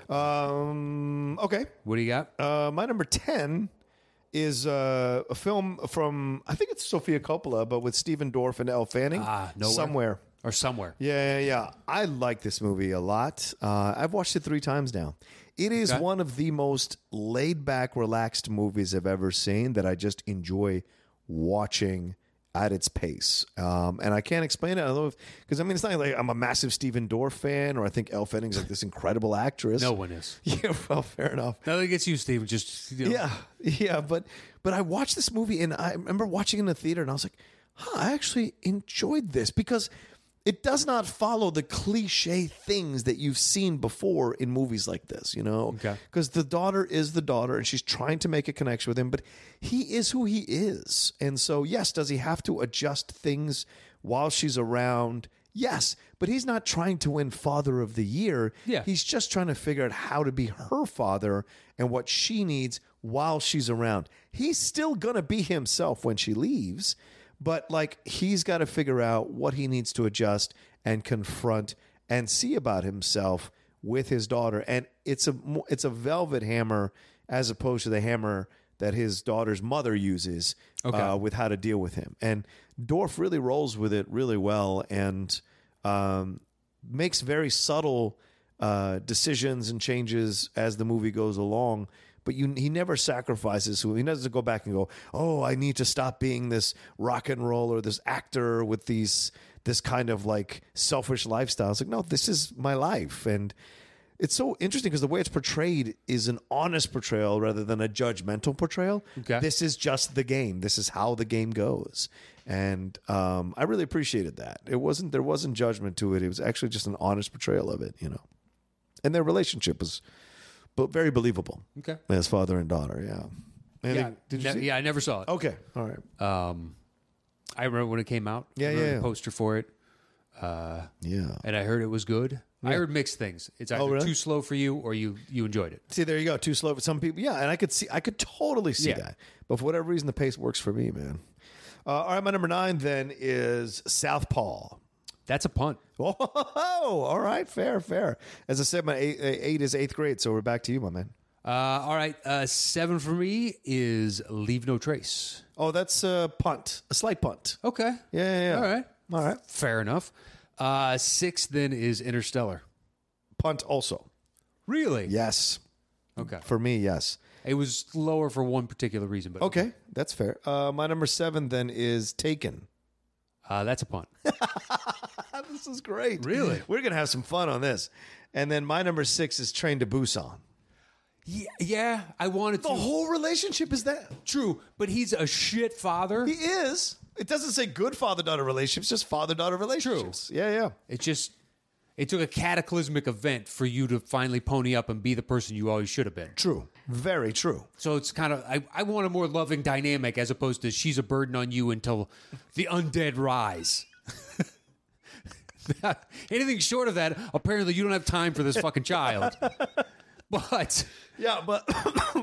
Speaker 1: Um, okay,
Speaker 2: What do you got?
Speaker 1: uh, my number 10 is uh, a film from, I think it's Sofia Coppola, but with Stephen Dorff and Elle Fanning.
Speaker 2: Ah, Nowhere?
Speaker 1: Somewhere.
Speaker 2: or somewhere.
Speaker 1: Yeah, yeah, yeah. I like this movie a lot. Uh, I've watched it three times now. It is
Speaker 2: Okay.
Speaker 1: one of the most laid back, relaxed movies I've ever seen that I just enjoy watching at its pace. Um, and I can't explain it. I don't know if, because I mean, it's not like I'm a massive Stephen Dorff fan or I think Elle Fanning's like this incredible actress.
Speaker 2: No one is.
Speaker 1: Yeah, well, fair enough.
Speaker 2: Nothing against you, Steven. Just you know,
Speaker 1: Yeah, yeah, but but I watched this movie and I remember watching it in the theater and I was like, huh, I actually enjoyed this because it does not follow the cliche things that you've seen before in movies like this, you know?
Speaker 2: Okay.
Speaker 1: Because the daughter is the daughter and she's trying to make a connection with him, but he is who he is. And so, yes, does he have to adjust things while she's around? Yes, but he's not trying to win Father of the Year.
Speaker 2: Yeah.
Speaker 1: He's just trying to figure out how to be her father and what she needs while she's around. He's still going to be himself when she leaves, but like he's got to figure out what he needs to adjust and confront and see about himself with his daughter. And it's a mo- it's a velvet hammer as opposed to the hammer that his daughter's mother uses
Speaker 2: Okay.
Speaker 1: uh, with how to deal with him. And Dorf really rolls with it really well and um, makes very subtle uh, decisions and changes as the movie goes along. But you, he never sacrifices who he doesn't go back and go, oh, I need to stop being this rock and roll or this actor with these this kind of like selfish lifestyle. It's like, no, this is my life. And it's so interesting because the way it's portrayed is an honest portrayal rather than a judgmental portrayal.
Speaker 2: Okay.
Speaker 1: This is just the game. This is how the game goes, and um, I really appreciated that. It wasn't there wasn't judgment to it. It was actually just an honest portrayal of it, you know. And their relationship was, but very believable
Speaker 2: Okay.
Speaker 1: as father and daughter. Yeah. And
Speaker 2: Yeah,
Speaker 1: it- did you
Speaker 2: ne-
Speaker 1: see? Oh.
Speaker 2: yeah, I never saw it.
Speaker 1: Okay. All right.
Speaker 2: Um, I remember when it came out.
Speaker 1: Yeah,
Speaker 2: I remember
Speaker 1: yeah,
Speaker 2: The
Speaker 1: yeah.
Speaker 2: poster for it, uh,
Speaker 1: Yeah.
Speaker 2: and I heard it was good. I heard mixed things. It's either
Speaker 1: Oh, really?
Speaker 2: too slow for you, or you you enjoyed it.
Speaker 1: See, there you go. Too slow for some people. Yeah, and I could see, I could totally see
Speaker 2: Yeah.
Speaker 1: that. But for whatever reason, the pace works for me, man. Uh, all right, my number nine then is Southpaw.
Speaker 2: That's a punt.
Speaker 1: Oh, all right, fair, fair. As I said, my eight, uh, eight is eighth grade, so we're back to you, my man.
Speaker 2: Uh, all right, uh, seven for me is Leave No Trace.
Speaker 1: Oh, that's a punt, a slight punt.
Speaker 2: Okay,
Speaker 1: Yeah, yeah, yeah.
Speaker 2: all right,
Speaker 1: all right.
Speaker 2: fair enough. Uh, six then is Interstellar.
Speaker 1: Punt also.
Speaker 2: Really?
Speaker 1: Yes,
Speaker 2: Okay.
Speaker 1: for me, yes.
Speaker 2: It was lower for one particular reason, but
Speaker 1: Okay, that's fair. Uh, my number seven then is Taken.
Speaker 2: Uh, that's a punt.
Speaker 1: This is great.
Speaker 2: Really?
Speaker 1: we're gonna have some fun on this. And then my number six is Train to Busan.
Speaker 2: yeah, yeah, I wanted
Speaker 1: The
Speaker 2: to.
Speaker 1: whole relationship is that
Speaker 2: True, but he's a shit father.
Speaker 1: he is. It doesn't say good father daughter relationships, just father daughter relationships. Yeah, yeah.
Speaker 2: It just it took a cataclysmic event for you to finally pony up and be the person you always should have been.
Speaker 1: True. Very true.
Speaker 2: So it's kind of I, I want a more loving dynamic as opposed to she's a burden on you until the undead rise. Anything short of that, apparently you don't have time for this fucking child. But
Speaker 1: Yeah, but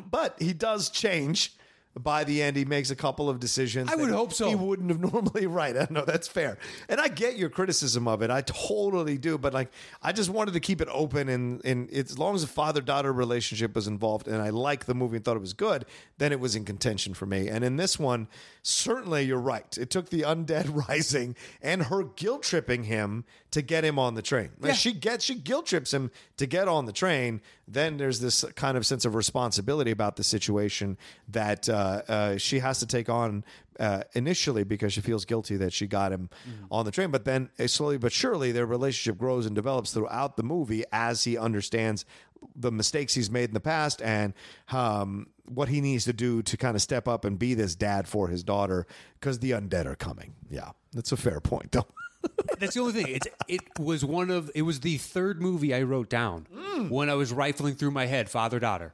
Speaker 1: but he does change. By the end, he makes a couple of decisions.
Speaker 2: I would
Speaker 1: that
Speaker 2: hope so.
Speaker 1: He wouldn't have normally. Right? I know that's fair, and I get your criticism of it. I totally do. But like, I just wanted to keep it open, and and it's- as long as the father daughter relationship was involved, and I liked the movie and thought it was good, then it was in contention for me. And in this one, certainly you're right. It took the undead rising and her guilt tripping him to get him on the train. Like,
Speaker 2: Yeah.
Speaker 1: She gets she guilt trips him to get on the train. Then there's this kind of sense of responsibility about the situation that uh, uh, she has to take on uh, initially because she feels guilty that she got him on the train. But then uh, slowly but surely their relationship grows and develops throughout the movie as he understands the mistakes he's made in the past and um, what he needs to do to kind of step up and be this dad for his daughter because the undead are coming. Yeah, that's a fair point though.
Speaker 2: That's the only thing. It's, it was one of it was the third movie I wrote down
Speaker 1: Mm.
Speaker 2: when I was rifling through my head, father daughter.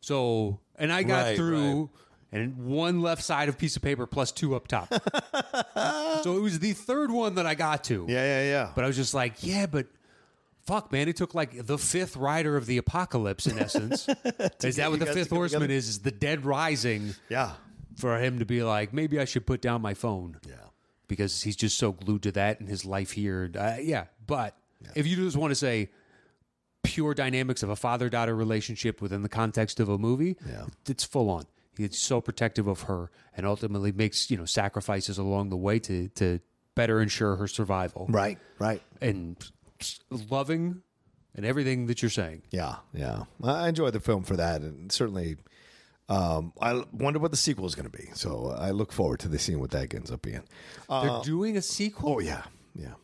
Speaker 2: So and I got
Speaker 1: Right,
Speaker 2: through and one left side of piece of paper plus two up top. so it was the third one that I got to.
Speaker 1: Yeah, yeah, yeah.
Speaker 2: But I was just like, yeah, but fuck, man, it took like the fifth rider of the apocalypse in essence. is that
Speaker 1: you
Speaker 2: what the
Speaker 1: guys to
Speaker 2: fifth
Speaker 1: come
Speaker 2: horseman
Speaker 1: together?
Speaker 2: is? Is the dead rising
Speaker 1: yeah.
Speaker 2: for him to be like, maybe I should put down my phone. Yeah. Because he's just so glued to that and his life here. Uh, yeah. But if you just want to say pure dynamics of a father daughter relationship within the context of a movie,
Speaker 1: Yeah.
Speaker 2: it's full on. He's so protective of her and ultimately makes, you know, sacrifices along the way to, to better ensure her survival.
Speaker 1: Right, right.
Speaker 2: And loving and everything that you're saying.
Speaker 1: Yeah, yeah. I enjoyed the film for that, and certainly, um, I wonder what the sequel is going to be. So uh, I look forward to the scene what that ends up being. Uh,
Speaker 2: They're doing a sequel?
Speaker 1: oh yeah, yeah.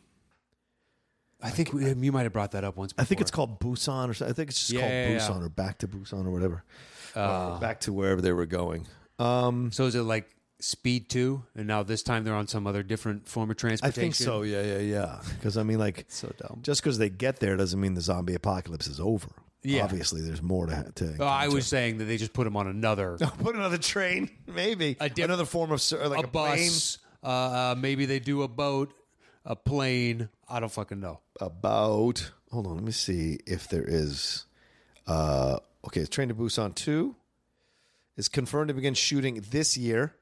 Speaker 2: I think we, you might have brought that up once before.
Speaker 1: I think it's called Busan, or something. I think it's just
Speaker 2: Yeah,
Speaker 1: called
Speaker 2: yeah, yeah.
Speaker 1: Busan, or Back to Busan, or whatever. Or back to wherever they were going. Um,
Speaker 2: So is it like Speed Two, and now this time they're on some other different form
Speaker 1: I
Speaker 2: of transportation?
Speaker 1: think so. Yeah, yeah, yeah. Because I mean, like,
Speaker 2: So dumb.
Speaker 1: just because they get there doesn't mean the zombie apocalypse is over.
Speaker 2: Yeah.
Speaker 1: Obviously, there's more to. to
Speaker 2: Oh, I was saying that they just put him on another
Speaker 1: put another train, maybe
Speaker 2: diff-
Speaker 1: another form of ser- like
Speaker 2: a bus. Uh, uh, maybe they do a boat, a plane, I don't fucking know.
Speaker 1: about hold on let me see if there is uh okay train to busan 2 is confirmed to begin shooting this year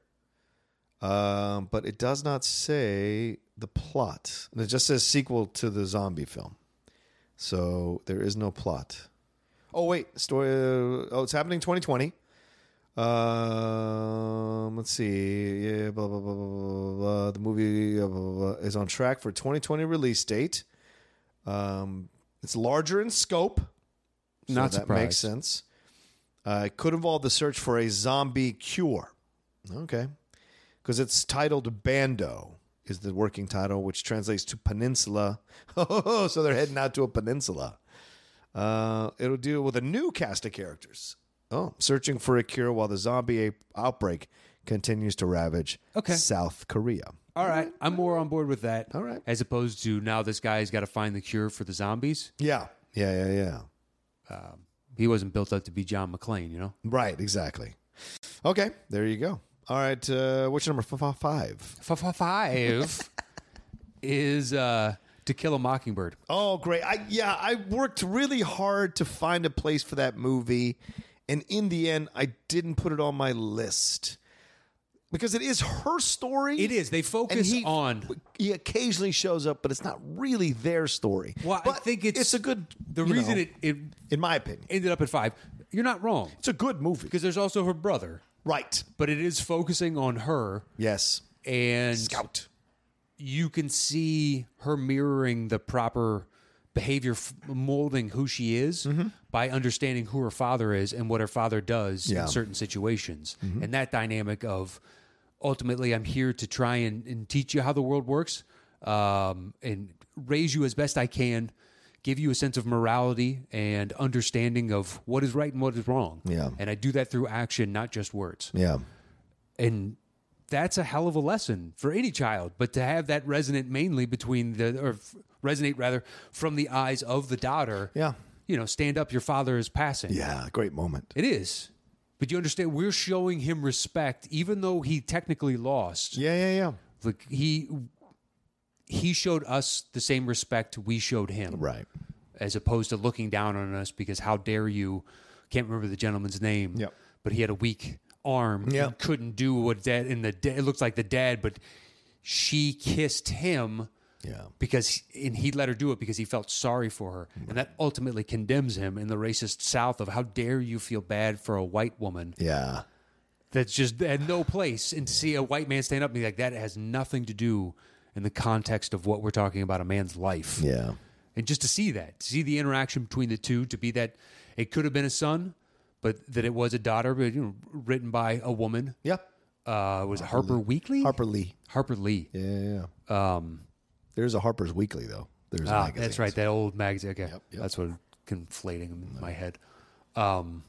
Speaker 1: um but it does not say the plot and it just says sequel to the zombie film so there is no plot oh wait story uh, oh it's happening 2020 um, let's see. Yeah, blah blah blah blah blah. blah, blah. The movie uh, blah, blah, blah, is on track for 2020 release date. Um, it's larger in scope. So
Speaker 2: Not
Speaker 1: that
Speaker 2: surprised.
Speaker 1: makes sense. Uh, it could involve the search for a zombie cure. Okay, because it's titled Bando is the working title, which translates to peninsula. Oh, so they're heading out to a peninsula. Uh, it'll deal with a new cast of characters. Oh, searching for a cure while the zombie ap- outbreak continues to ravage
Speaker 2: Okay.
Speaker 1: South Korea.
Speaker 2: All right, I'm more on board with that.
Speaker 1: All right.
Speaker 2: as opposed to now this guy's got to find the cure for the zombies.
Speaker 1: Yeah, yeah, yeah, yeah.
Speaker 2: He wasn't built up to be John McClane, you know.
Speaker 1: Right, exactly. Okay, there you go. All right, uh, what's your number f- f- five?
Speaker 2: F- f- Five is uh, To Kill a Mockingbird.
Speaker 1: Oh, great. I yeah, I worked really hard to find a place for that movie, and in the end, I didn't put it on my list because it is her story.
Speaker 2: It is. They focus
Speaker 1: he-
Speaker 2: on
Speaker 1: He occasionally shows up, but it's not really their story.
Speaker 2: Well, I
Speaker 1: but
Speaker 2: think it's-
Speaker 1: it's a good
Speaker 2: the
Speaker 1: you
Speaker 2: reason
Speaker 1: know,
Speaker 2: it, it
Speaker 1: in my opinion,
Speaker 2: ended up at five. You're not wrong
Speaker 1: it's a good movie.
Speaker 2: because there's also her brother,
Speaker 1: Right?
Speaker 2: but it is focusing on her
Speaker 1: Yes.
Speaker 2: and
Speaker 1: Scout.
Speaker 2: you can see her mirroring the proper behavior f- molding who she is
Speaker 1: Mm-hmm.
Speaker 2: by understanding who her father is and what her father does
Speaker 1: Yeah. Mm-hmm.
Speaker 2: in certain situations and that dynamic of ultimately i'm here to try and, and teach you how the world works um, and raise you as best i can give you a sense of morality and understanding of what is right and what is wrong
Speaker 1: Yeah.
Speaker 2: and i do that through action not just words
Speaker 1: Yeah.
Speaker 2: and that's a hell of a lesson for any child but to have that resonate mainly between the or f- resonate rather from the eyes of the daughter
Speaker 1: Yeah.
Speaker 2: you know stand up your father is passing
Speaker 1: Yeah. Great moment.
Speaker 2: it is but you understand we're showing him respect even though he technically lost
Speaker 1: Yeah. Yeah. Yeah.
Speaker 2: like he he showed us the same respect we showed him
Speaker 1: Right.
Speaker 2: as opposed to looking down on us because how dare you can't remember the gentleman's name
Speaker 1: Yep.
Speaker 2: but he had a weak arm
Speaker 1: Yep.
Speaker 2: and couldn't do what dad and the dad it looks like the dad but she kissed him
Speaker 1: Yeah.
Speaker 2: because and he let her do it because he felt sorry for her and that ultimately condemns him in the racist south of how dare you feel bad for a white woman
Speaker 1: Yeah.
Speaker 2: that's just had no place and to see a white man stand up and be like that has nothing to do in the context of what we're talking about a man's life
Speaker 1: Yeah.
Speaker 2: and just to see that, to see the interaction between the two, to be that it could have been a son, but that it was a daughter, but you know, written by a woman.
Speaker 1: Yeah.
Speaker 2: Uh, was it Harper Weekly?
Speaker 1: Harper Lee.
Speaker 2: Harper Lee.
Speaker 1: Yeah. Yeah. Um. There's a Harper's Weekly though. There's a
Speaker 2: Ah,
Speaker 1: magazine.
Speaker 2: that's right. That old magazine. Okay, that's what conflating them in my head. Um,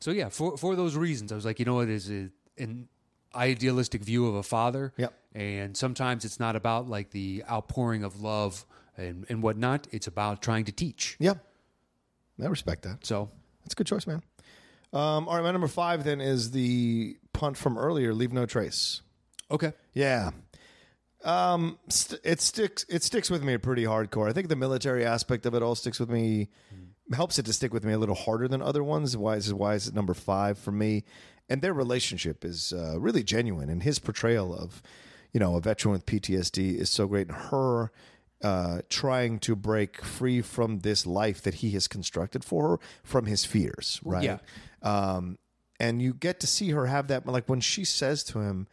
Speaker 2: so yeah, for for those reasons, I was like, you know what is it an idealistic view of a father?
Speaker 1: Yep.
Speaker 2: And sometimes it's not about like the outpouring of love and and whatnot. It's about trying to teach.
Speaker 1: Yeah. I respect that.
Speaker 2: So
Speaker 1: That's a good choice, man. Um, all right, my number five then is the punt from earlier, "Leave No Trace."
Speaker 2: okay.
Speaker 1: Yeah. Um, st- it sticks. It sticks with me pretty hardcore. I think the military aspect of it all sticks with me. Helps it to stick with me a little harder than other ones. Why is why is it number five for me? And their relationship is uh, really genuine, and his portrayal of, you know, a veteran with PTSD is so great. And her uh, trying to break free from this life that he has constructed for her, from his fears, right?
Speaker 2: yeah.
Speaker 1: um, and you get to see her have that. Like when she says to him,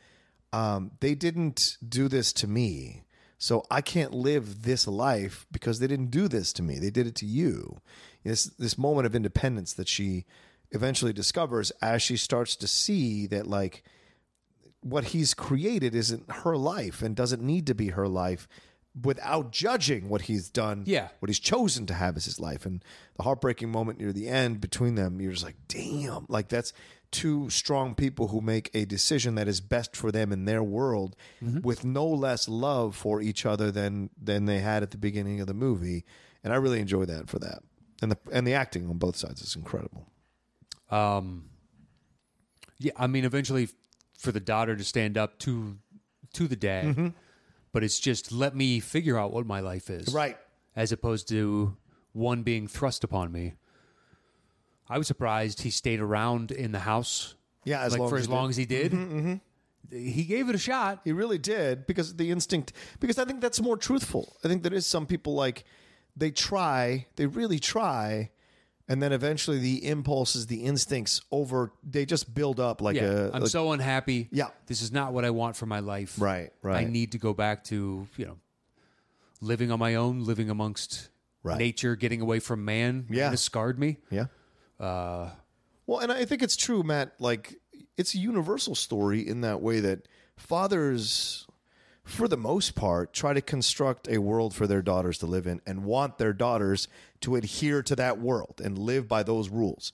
Speaker 1: um, "They didn't do this to me, so I can't live this life because they didn't do this to me. They did it to you." This this moment of independence that she eventually discovers as she starts to see that like what he's created isn't her life and doesn't need to be her life without judging what he's done
Speaker 2: Yeah.
Speaker 1: what he's chosen to have as his life and the heartbreaking moment near the end between them you're just like damn like that's two strong people who make a decision that is best for them in their world
Speaker 2: Mm-hmm.
Speaker 1: with no less love for each other than than they had at the beginning of the movie and i really enjoy that for that and the and the acting on both sides is incredible
Speaker 2: um
Speaker 1: Mm-hmm.
Speaker 2: yeah i mean eventually f- for the daughter to stand up to to the dad But it's just let me figure out what my life is.
Speaker 1: Right.
Speaker 2: As opposed to one being thrust upon me. I was surprised he stayed around in the house.
Speaker 1: Yeah, as
Speaker 2: like
Speaker 1: long
Speaker 2: for
Speaker 1: as
Speaker 2: as
Speaker 1: he Mm-hmm,
Speaker 2: long as he did. He gave it a shot.
Speaker 1: He really did because the instinct. Because I think that's more truthful. I think there is some people like they try, they really try, and then eventually the impulses, the instincts over. They just build up like
Speaker 2: Yeah,
Speaker 1: a.
Speaker 2: I'm
Speaker 1: like-
Speaker 2: so unhappy.
Speaker 1: Yeah.
Speaker 2: this is not what I want for my life.
Speaker 1: Right, right.
Speaker 2: I need to go back to you know living on my own, living amongst
Speaker 1: Right.
Speaker 2: nature, getting away from man.
Speaker 1: Yeah.
Speaker 2: it has scarred me.
Speaker 1: yeah.
Speaker 2: Uh,
Speaker 1: Well, and I think it's true, Matt. Like it's a universal story in that way that fathers, for the most part, try to construct a world for their daughters to live in and want their daughters to adhere to that world and live by those rules.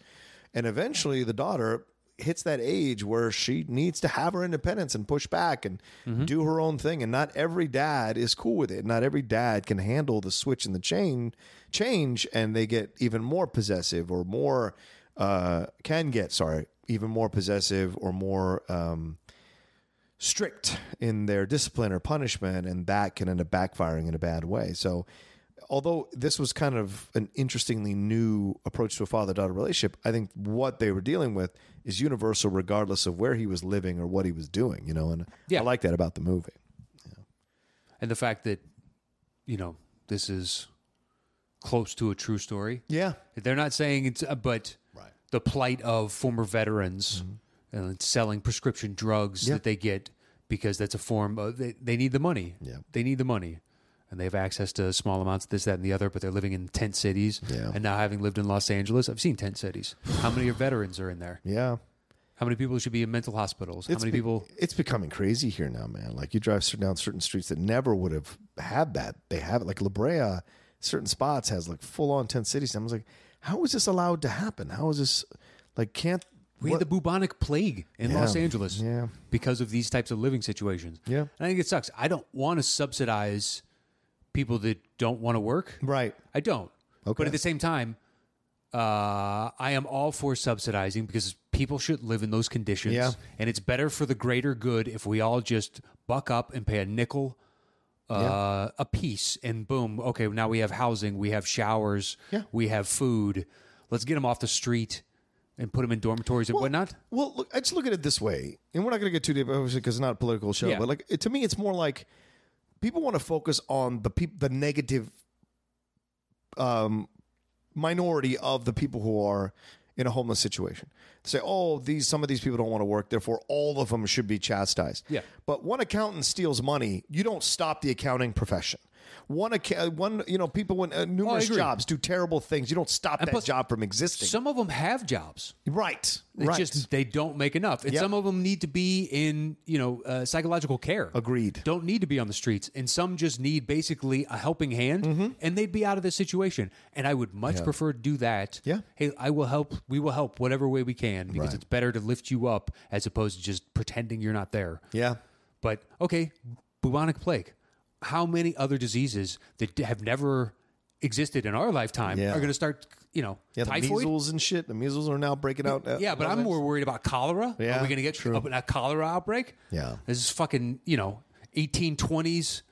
Speaker 1: And eventually, the daughter hits that age where she needs to have her independence and push back and do her own thing and not every dad is cool with it not every dad can handle the switch and the chain change and they get even more possessive or more uh, can get sorry even more possessive or more um, strict in their discipline or punishment and that can end up backfiring in a bad way so although this was kind of an interestingly new approach to a father-daughter relationship i think what they were dealing with is universal regardless of where he was living or what he was doing you know and
Speaker 2: Yeah.
Speaker 1: i like that about the movie
Speaker 2: and the fact that you know this is close to a true story.
Speaker 1: yeah
Speaker 2: They're not saying it's, uh, but
Speaker 1: Right. Mm-hmm.
Speaker 2: the plight of former veterans uh, and selling prescription drugs that they get because that's a form of they, they need the money.
Speaker 1: Yeah.
Speaker 2: They need the money. And they have access to small amounts of this, that, and the other, but they're living in tent cities.
Speaker 1: Yeah.
Speaker 2: And now, having lived in Los Angeles, I've seen tent cities. How many are veterans are in there?
Speaker 1: yeah
Speaker 2: How many people should be in mental hospitals? How many
Speaker 1: be-
Speaker 2: people?
Speaker 1: It's becoming crazy here now, man. Like you drive cer- down certain streets that never would have had that. They have it. Like La Brea, certain spots has like full on tent cities. I was like, how is this allowed to happen? How is this like can't
Speaker 2: We had the bubonic plague in Los Angeles
Speaker 1: Yeah.
Speaker 2: because of these types of living situations.
Speaker 1: Yeah.
Speaker 2: And I think it sucks. I don't want to subsidize people that don't want to work.
Speaker 1: right?
Speaker 2: I don't.
Speaker 1: Okay.
Speaker 2: But at the same time, uh, I am all for subsidizing because people should live in those conditions.
Speaker 1: Yeah.
Speaker 2: And it's better for the greater good if we all just buck up and pay a nickel uh, a piece and boom, okay, now we have housing, we have showers,
Speaker 1: Yeah.
Speaker 2: we have food. Let's get them off the street and put them in dormitories and whatnot.
Speaker 1: Well, look, I just look at it this way, and we're not going to get too deep, obviously, because it's not a political show.
Speaker 2: Yeah.
Speaker 1: But like it, to me, it's more like people want to focus on the peop- the negative um, minority of the people who are in a homeless situation. Say, oh, these some of these people don't want to work, therefore all of them should be chastised.
Speaker 2: Yeah.
Speaker 1: But one accountant steals money, you don't stop the accounting profession. One, acca- one, you know, people when uh, numerous
Speaker 2: Oh, agree.
Speaker 1: jobs do terrible things. You don't stop that
Speaker 2: plus-
Speaker 1: job from existing.
Speaker 2: Some of them have jobs.
Speaker 1: right.
Speaker 2: It's
Speaker 1: right.
Speaker 2: just they don't make enough, and
Speaker 1: Yep.
Speaker 2: some of them need to be in you know uh, psychological care.
Speaker 1: Agreed.
Speaker 2: Don't need to be on the streets, and some just need basically a helping hand,
Speaker 1: Mm-hmm.
Speaker 2: and they'd be out of this situation. And I would much prefer to do that.
Speaker 1: Yeah.
Speaker 2: Hey, I will help. We will help whatever way we can because
Speaker 1: Right.
Speaker 2: it's better to lift you up as opposed to just pretending you're not there.
Speaker 1: yeah.
Speaker 2: But okay, bubonic plague. How many other diseases that have never existed in our lifetime
Speaker 1: Yeah.
Speaker 2: are going to start? You know,
Speaker 1: Yeah, the
Speaker 2: typhoid.
Speaker 1: measles and shit. The measles are now breaking out. uh,
Speaker 2: Yeah, but I'm more worried about cholera.
Speaker 1: Yeah,
Speaker 2: Are we going to get
Speaker 1: true.
Speaker 2: a, a cholera outbreak?
Speaker 1: Yeah.
Speaker 2: This is fucking, you know, 1820s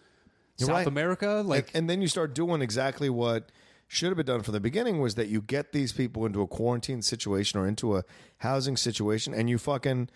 Speaker 2: South
Speaker 1: right.
Speaker 2: America.
Speaker 1: Like,
Speaker 2: Like,
Speaker 1: and then you start doing exactly what should have been done from the beginning was that you get these people into a quarantine situation or into a housing situation, and you fucking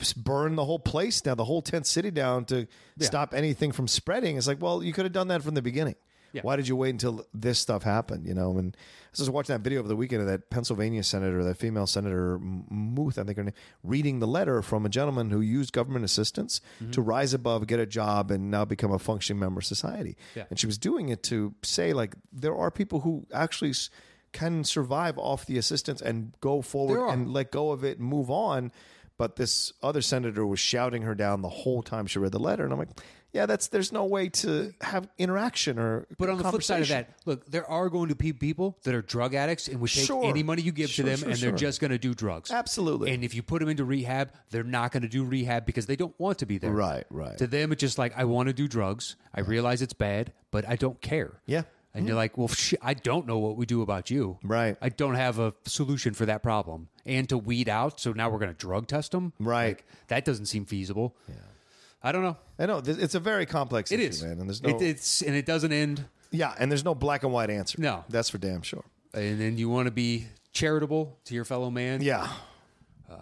Speaker 1: s- burn the whole place down, the whole tent city down to stop anything from spreading. It's like, well, you could have done that from the beginning.
Speaker 2: Yeah.
Speaker 1: Why did you wait until this stuff happened? You know, and I was just watching that video over the weekend of that Pennsylvania senator, that female senator M- Muth, I think her name, reading the letter from a gentleman who used government assistance
Speaker 2: Mm-hmm.
Speaker 1: to rise above, get a job, and now become a functioning member of society.
Speaker 2: Yeah.
Speaker 1: And she was doing it to say, like, there are people who actually s- can survive off the assistance and go
Speaker 2: There
Speaker 1: forward
Speaker 2: are.
Speaker 1: and let go of it and move on. But this other senator was shouting her down the whole time she read the letter, and I'm like, yeah, that's there's no way to have interaction or.
Speaker 2: but on the flip side of
Speaker 1: conversation.
Speaker 2: that, look, there are going to be people that are drug addicts and would take
Speaker 1: Sure.
Speaker 2: any money you give
Speaker 1: Sure,
Speaker 2: to them
Speaker 1: sure,
Speaker 2: and
Speaker 1: sure.
Speaker 2: they're just going to do drugs.
Speaker 1: Absolutely.
Speaker 2: And if you put them into rehab, they're not going to do rehab because they don't want to be there.
Speaker 1: Right, right.
Speaker 2: To them, it's just like, I want to do drugs. I realize it's bad, but I don't care.
Speaker 1: Yeah. Mm-hmm.
Speaker 2: And you're like, well, sh- I don't know what we do about you.
Speaker 1: Right.
Speaker 2: I don't have a solution for that problem. And to weed out, so now we're going to drug test them.
Speaker 1: Right.
Speaker 2: Like, that doesn't seem feasible. I don't know.
Speaker 1: I know th- it's a very complex
Speaker 2: It
Speaker 1: issue,
Speaker 2: is,
Speaker 1: man, and there's no
Speaker 2: It- it's and it doesn't end.
Speaker 1: yeah, and there's no black and white answer.
Speaker 2: No.
Speaker 1: that's for damn sure.
Speaker 2: And then you want to be charitable to your fellow man.
Speaker 1: Yeah,
Speaker 2: Uh,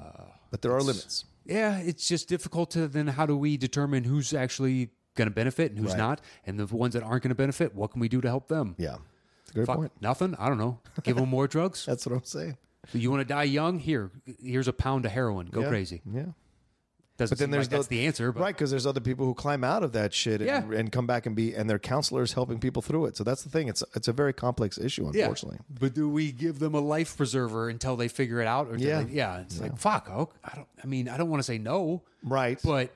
Speaker 1: but there are limits.
Speaker 2: Yeah, it's just difficult to then how do we determine who's actually going to benefit and who's
Speaker 1: Right.
Speaker 2: not, and the ones that aren't going to benefit, what can we do to help them?
Speaker 1: Yeah, it's a great
Speaker 2: Fuck
Speaker 1: point.
Speaker 2: nothing. I don't know. Give them more drugs.
Speaker 1: That's what I'm saying.
Speaker 2: You want to die young? Here, here's a pound of heroin. Go
Speaker 1: Yeah.
Speaker 2: crazy.
Speaker 1: Yeah,
Speaker 2: Doesn't
Speaker 1: then
Speaker 2: seem
Speaker 1: there's
Speaker 2: like that's
Speaker 1: the-
Speaker 2: the answer, but
Speaker 1: right. Because there's other people who climb out of that shit and,
Speaker 2: Yeah.
Speaker 1: and come back and be and they're counselors helping people through it. So that's the thing. It's it's a very complex issue,
Speaker 2: yeah.
Speaker 1: unfortunately.
Speaker 2: But do we give them a life preserver until they figure it out? Or do
Speaker 1: Yeah.
Speaker 2: they- yeah. It's like fuck. Oh, I don't. I mean, I don't want to say no,
Speaker 1: Right.
Speaker 2: but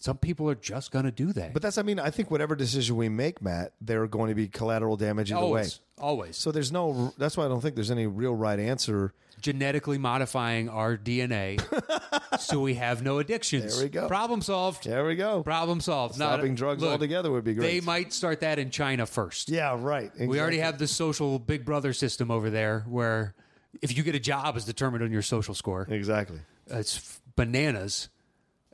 Speaker 2: some people are just going to do that.
Speaker 1: But that's, I mean, I think whatever decision we make, Matt, there are going to be collateral damage either way.
Speaker 2: always, always.
Speaker 1: So there's no, that's why I don't think there's any real right answer.
Speaker 2: genetically modifying our DNA so we have no addictions.
Speaker 1: There we go.
Speaker 2: Problem solved.
Speaker 1: There we go.
Speaker 2: Problem solved.
Speaker 1: Stopping drugs
Speaker 2: uh, look,
Speaker 1: altogether would be
Speaker 2: They
Speaker 1: great.
Speaker 2: might start that in China first.
Speaker 1: yeah, right.
Speaker 2: We
Speaker 1: Exactly.
Speaker 2: already have the social big brother system over there where if you get a job is determined on your social score.
Speaker 1: Exactly.
Speaker 2: It's f- bananas.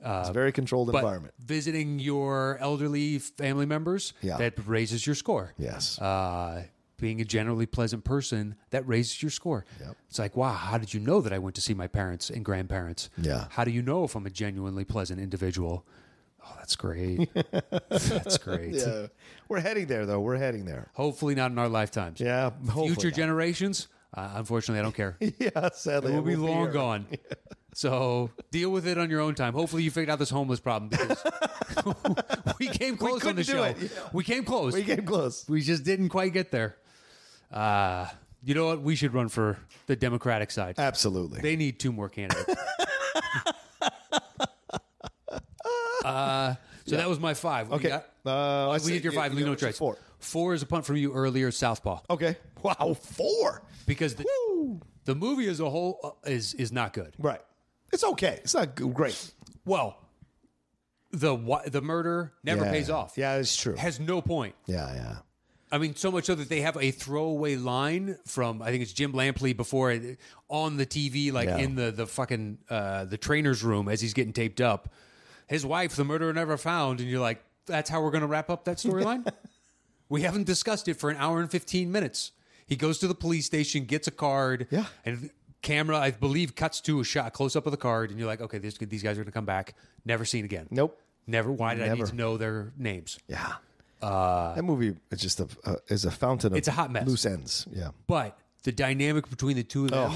Speaker 1: It's a very controlled
Speaker 2: But
Speaker 1: environment.
Speaker 2: visiting your elderly family members,
Speaker 1: Yeah.
Speaker 2: that raises your score.
Speaker 1: Yes.
Speaker 2: Uh, being a generally pleasant person, that raises your score.
Speaker 1: Yep.
Speaker 2: It's like, wow, how did you know that I went to see my parents and grandparents?
Speaker 1: Yeah.
Speaker 2: How do you know if I'm a genuinely pleasant individual? Oh, that's great. that's great.
Speaker 1: yeah. We're heading there, though. We're heading there.
Speaker 2: Hopefully, not in our lifetimes.
Speaker 1: Yeah.
Speaker 2: Future
Speaker 1: Hopefully.
Speaker 2: generations, uh, unfortunately, I don't care. It
Speaker 1: yeah, sadly.
Speaker 2: will be
Speaker 1: we'll
Speaker 2: long
Speaker 1: here.
Speaker 2: gone. So deal with it on your own time. Hopefully, you figured out this homeless problem because we came close on
Speaker 1: couldn't
Speaker 2: the
Speaker 1: do
Speaker 2: show.
Speaker 1: it. Yeah.
Speaker 2: We came close.
Speaker 1: We came close.
Speaker 2: We just didn't quite get there. Uh, you know what? We should run for the Democratic side.
Speaker 1: Absolutely.
Speaker 2: They need two more candidates. uh, Uh, so that was my five. We,
Speaker 1: okay.
Speaker 2: got-
Speaker 1: Uh, I
Speaker 2: we
Speaker 1: see.
Speaker 2: did your
Speaker 1: You-
Speaker 2: five.
Speaker 1: you
Speaker 2: Leave
Speaker 1: know,
Speaker 2: no
Speaker 1: it's a
Speaker 2: trace.
Speaker 1: Four. Oh.
Speaker 2: Four is a punt from you earlier, Southpaw,
Speaker 1: Okay. Wow. Four.
Speaker 2: because the,
Speaker 1: Woo.
Speaker 2: the movie as a whole uh, is is not good.
Speaker 1: Right. It's okay. It's not g- great.
Speaker 2: Well, the wi- the murder never
Speaker 1: Yeah.
Speaker 2: pays off.
Speaker 1: Yeah, it's true.
Speaker 2: has no point.
Speaker 1: Yeah, yeah.
Speaker 2: I mean, so much so that they have a throwaway line from I think it's Jim Lampley before uh, on the TV, like
Speaker 1: Yeah.
Speaker 2: in the the fucking uh, the trainer's room as he's getting taped up. His wife, the murderer, never found, and you're like, that's how we're going to wrap up that storyline. we haven't discussed it for an hour and fifteen minutes. He goes to the police station, gets a card,
Speaker 1: Yeah.
Speaker 2: and camera, I believe, cuts to a shot close up of the card, and you're like, okay, this, these guys are going to come back, never seen again.
Speaker 1: Nope.
Speaker 2: Never. Why did I need
Speaker 1: Never.
Speaker 2: to know their names?
Speaker 1: Yeah. Uh, that movie is just a uh, is a fountain of
Speaker 2: It's a hot mess.
Speaker 1: loose ends. Yeah.
Speaker 2: But the dynamic between the two of them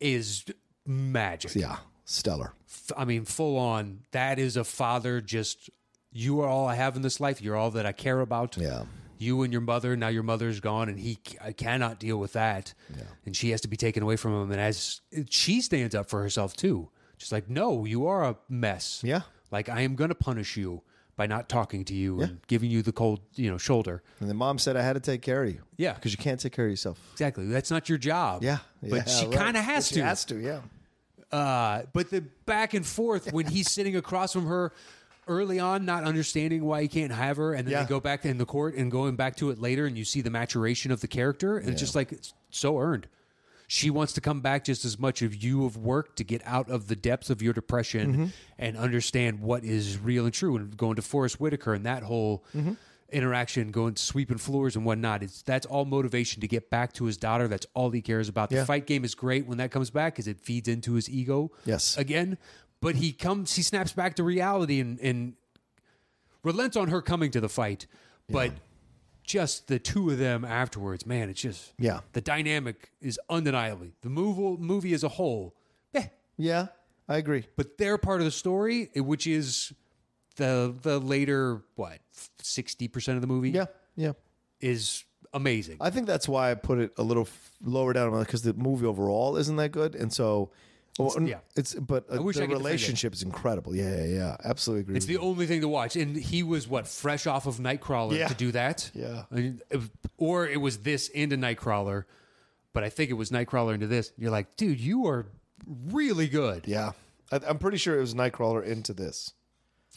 Speaker 2: is magic.
Speaker 1: Oh. Yeah. Stellar.
Speaker 2: F- I mean, full on. That is a father just, you are all I have in this life. You're all that I care about.
Speaker 1: Yeah.
Speaker 2: You and your mother, now your mother's gone, and he c- I cannot deal with that. And she has to be taken away from him. And as she stands up for herself, too, she's like, No, you are a mess.
Speaker 1: Yeah.
Speaker 2: Like, I am going to punish you by not talking to you and giving you the cold, you know, shoulder.
Speaker 1: And the mom said I had to take care of you.
Speaker 2: Yeah.
Speaker 1: Because you can't take care of yourself.
Speaker 2: Exactly. That's not your job.
Speaker 1: Yeah.
Speaker 2: But
Speaker 1: Yeah,
Speaker 2: she
Speaker 1: right.
Speaker 2: kind of has
Speaker 1: She
Speaker 2: to.
Speaker 1: Has to. Yeah.
Speaker 2: Uh, but the back and forth when he's sitting across from her early on, not understanding why he can't have her, and then
Speaker 1: Yeah.
Speaker 2: they go back in the court and going back to it later, and you see the maturation of the character, and it's just like it's so earned. She wants to come back just as much of you have worked to get out of the depths of your depression and understand what is real and true. And going to Forrest Whitaker and that whole interaction, going sweeping floors and whatnot, it's that's all motivation to get back to his daughter. That's all he cares about. The
Speaker 1: Yeah.
Speaker 2: fight game is great when that comes back because it feeds into his ego
Speaker 1: Yes.
Speaker 2: again. But he comes, he snaps back to reality and, and relents on her coming to the fight. But just the two of them afterwards, man, it's just
Speaker 1: Yeah.
Speaker 2: The dynamic is undeniably the movie movie as a whole, eh,
Speaker 1: Yeah. I agree.
Speaker 2: but their part of the story, eh, which is the the later what sixty percent of the movie,
Speaker 1: Yeah. Yeah.
Speaker 2: is amazing.
Speaker 1: I think that's why I put it a little f- lower down because the movie overall isn't that good, and so. Well, n-
Speaker 2: yeah.
Speaker 1: it's but uh,
Speaker 2: wish I
Speaker 1: the
Speaker 2: could defend it.
Speaker 1: relationship is incredible. Yeah, yeah, yeah. Absolutely agree.
Speaker 2: It's
Speaker 1: with
Speaker 2: the only thing to watch. And he was what fresh off of Nightcrawler
Speaker 1: Yeah.
Speaker 2: to do that.
Speaker 1: Yeah.
Speaker 2: I mean, it was- or it was this into Nightcrawler, but I think it was Nightcrawler into this. You're like, dude, you are really good.
Speaker 1: you. yeah. I, I'm pretty sure it was Nightcrawler into this.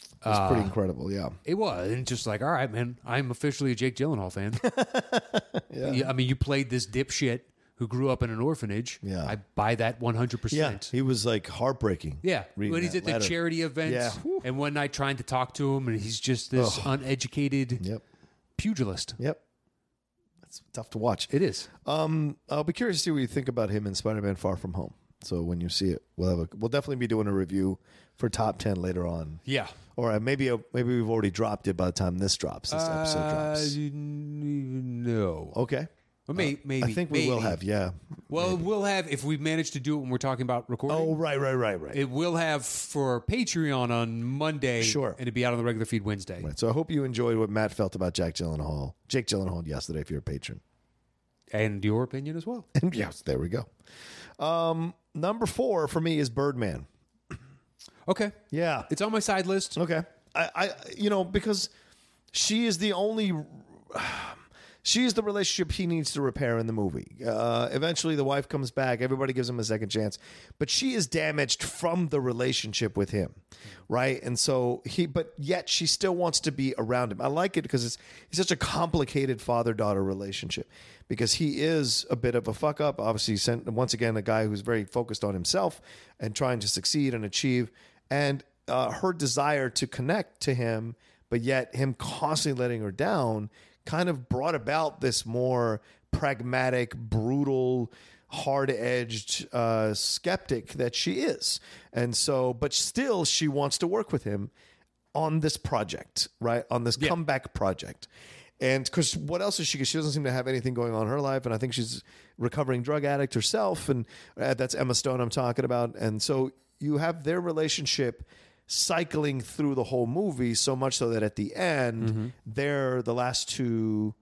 Speaker 1: It's
Speaker 2: Ah.
Speaker 1: pretty incredible. Yeah,
Speaker 2: It was, and just like, all right, man, I'm officially a Jake Gyllenhaal fan. yeah. I mean, you played this dipshit who grew up in an orphanage.
Speaker 1: Yeah.
Speaker 2: I buy that 100%.
Speaker 1: Yeah, he was like heartbreaking.
Speaker 2: Yeah,
Speaker 1: reading
Speaker 2: when he's
Speaker 1: that
Speaker 2: at the
Speaker 1: letter.
Speaker 2: charity events,
Speaker 1: Yeah. Whew.
Speaker 2: and one night trying to talk to him, and he's just this uneducated
Speaker 1: Yep,
Speaker 2: pugilist.
Speaker 1: yep. It's tough to watch.
Speaker 2: It is.
Speaker 1: Um, I'll be curious to see what you think about him in Spider-Man: Far From Home. So when you see it, we'll have a we'll definitely be doing a review for top ten later on,
Speaker 2: Yeah.
Speaker 1: or uh, maybe uh, maybe we've already dropped it by the time this drops, this
Speaker 2: Uh,
Speaker 1: episode drops.
Speaker 2: no.
Speaker 1: Okay,
Speaker 2: Well, may- maybe.
Speaker 1: I think we will
Speaker 2: maybe.
Speaker 1: have. Yeah.
Speaker 2: Well, we'll have if we manage to do it when we're talking about recording.
Speaker 1: Oh, right, right, right, right.
Speaker 2: It will have for Patreon on Monday.
Speaker 1: Sure.
Speaker 2: and it'll be out on the regular feed Wednesday.
Speaker 1: Right. So I hope you enjoyed what Matt felt about Jack Gyllenhaal, Jake Gyllenhaal yesterday. If you're a patron,
Speaker 2: And your opinion as well.
Speaker 1: and yes, there we go. Um, number four for me is Birdman.
Speaker 2: Okay,
Speaker 1: Yeah.
Speaker 2: it's on my side list.
Speaker 1: Okay. I, I you know, because she is the only she is the relationship he needs to repair in the movie. Uh, eventually the wife comes back, everybody gives him a second chance, but she is damaged from the relationship with him. Right? And so he but yet she still wants to be around him. I like it because it's it's such a complicated father-daughter relationship because he is a bit of a fuck up, obviously sent once again a guy who's very focused on himself and trying to succeed and achieve and uh, her desire to connect to him, but yet him constantly letting her down, kind of brought about this more pragmatic, brutal, hard edged uh, skeptic that she is. And so, but still, she wants to work with him on this project, right? On this comeback project. And because what else is she? 'cause She doesn't seem to have anything going on in her life, and I think she's recovering drug addict herself, and uh, that's Emma Stone I'm talking about. And so you have their relationship cycling through the whole movie, so much so that at the end, they're the last two.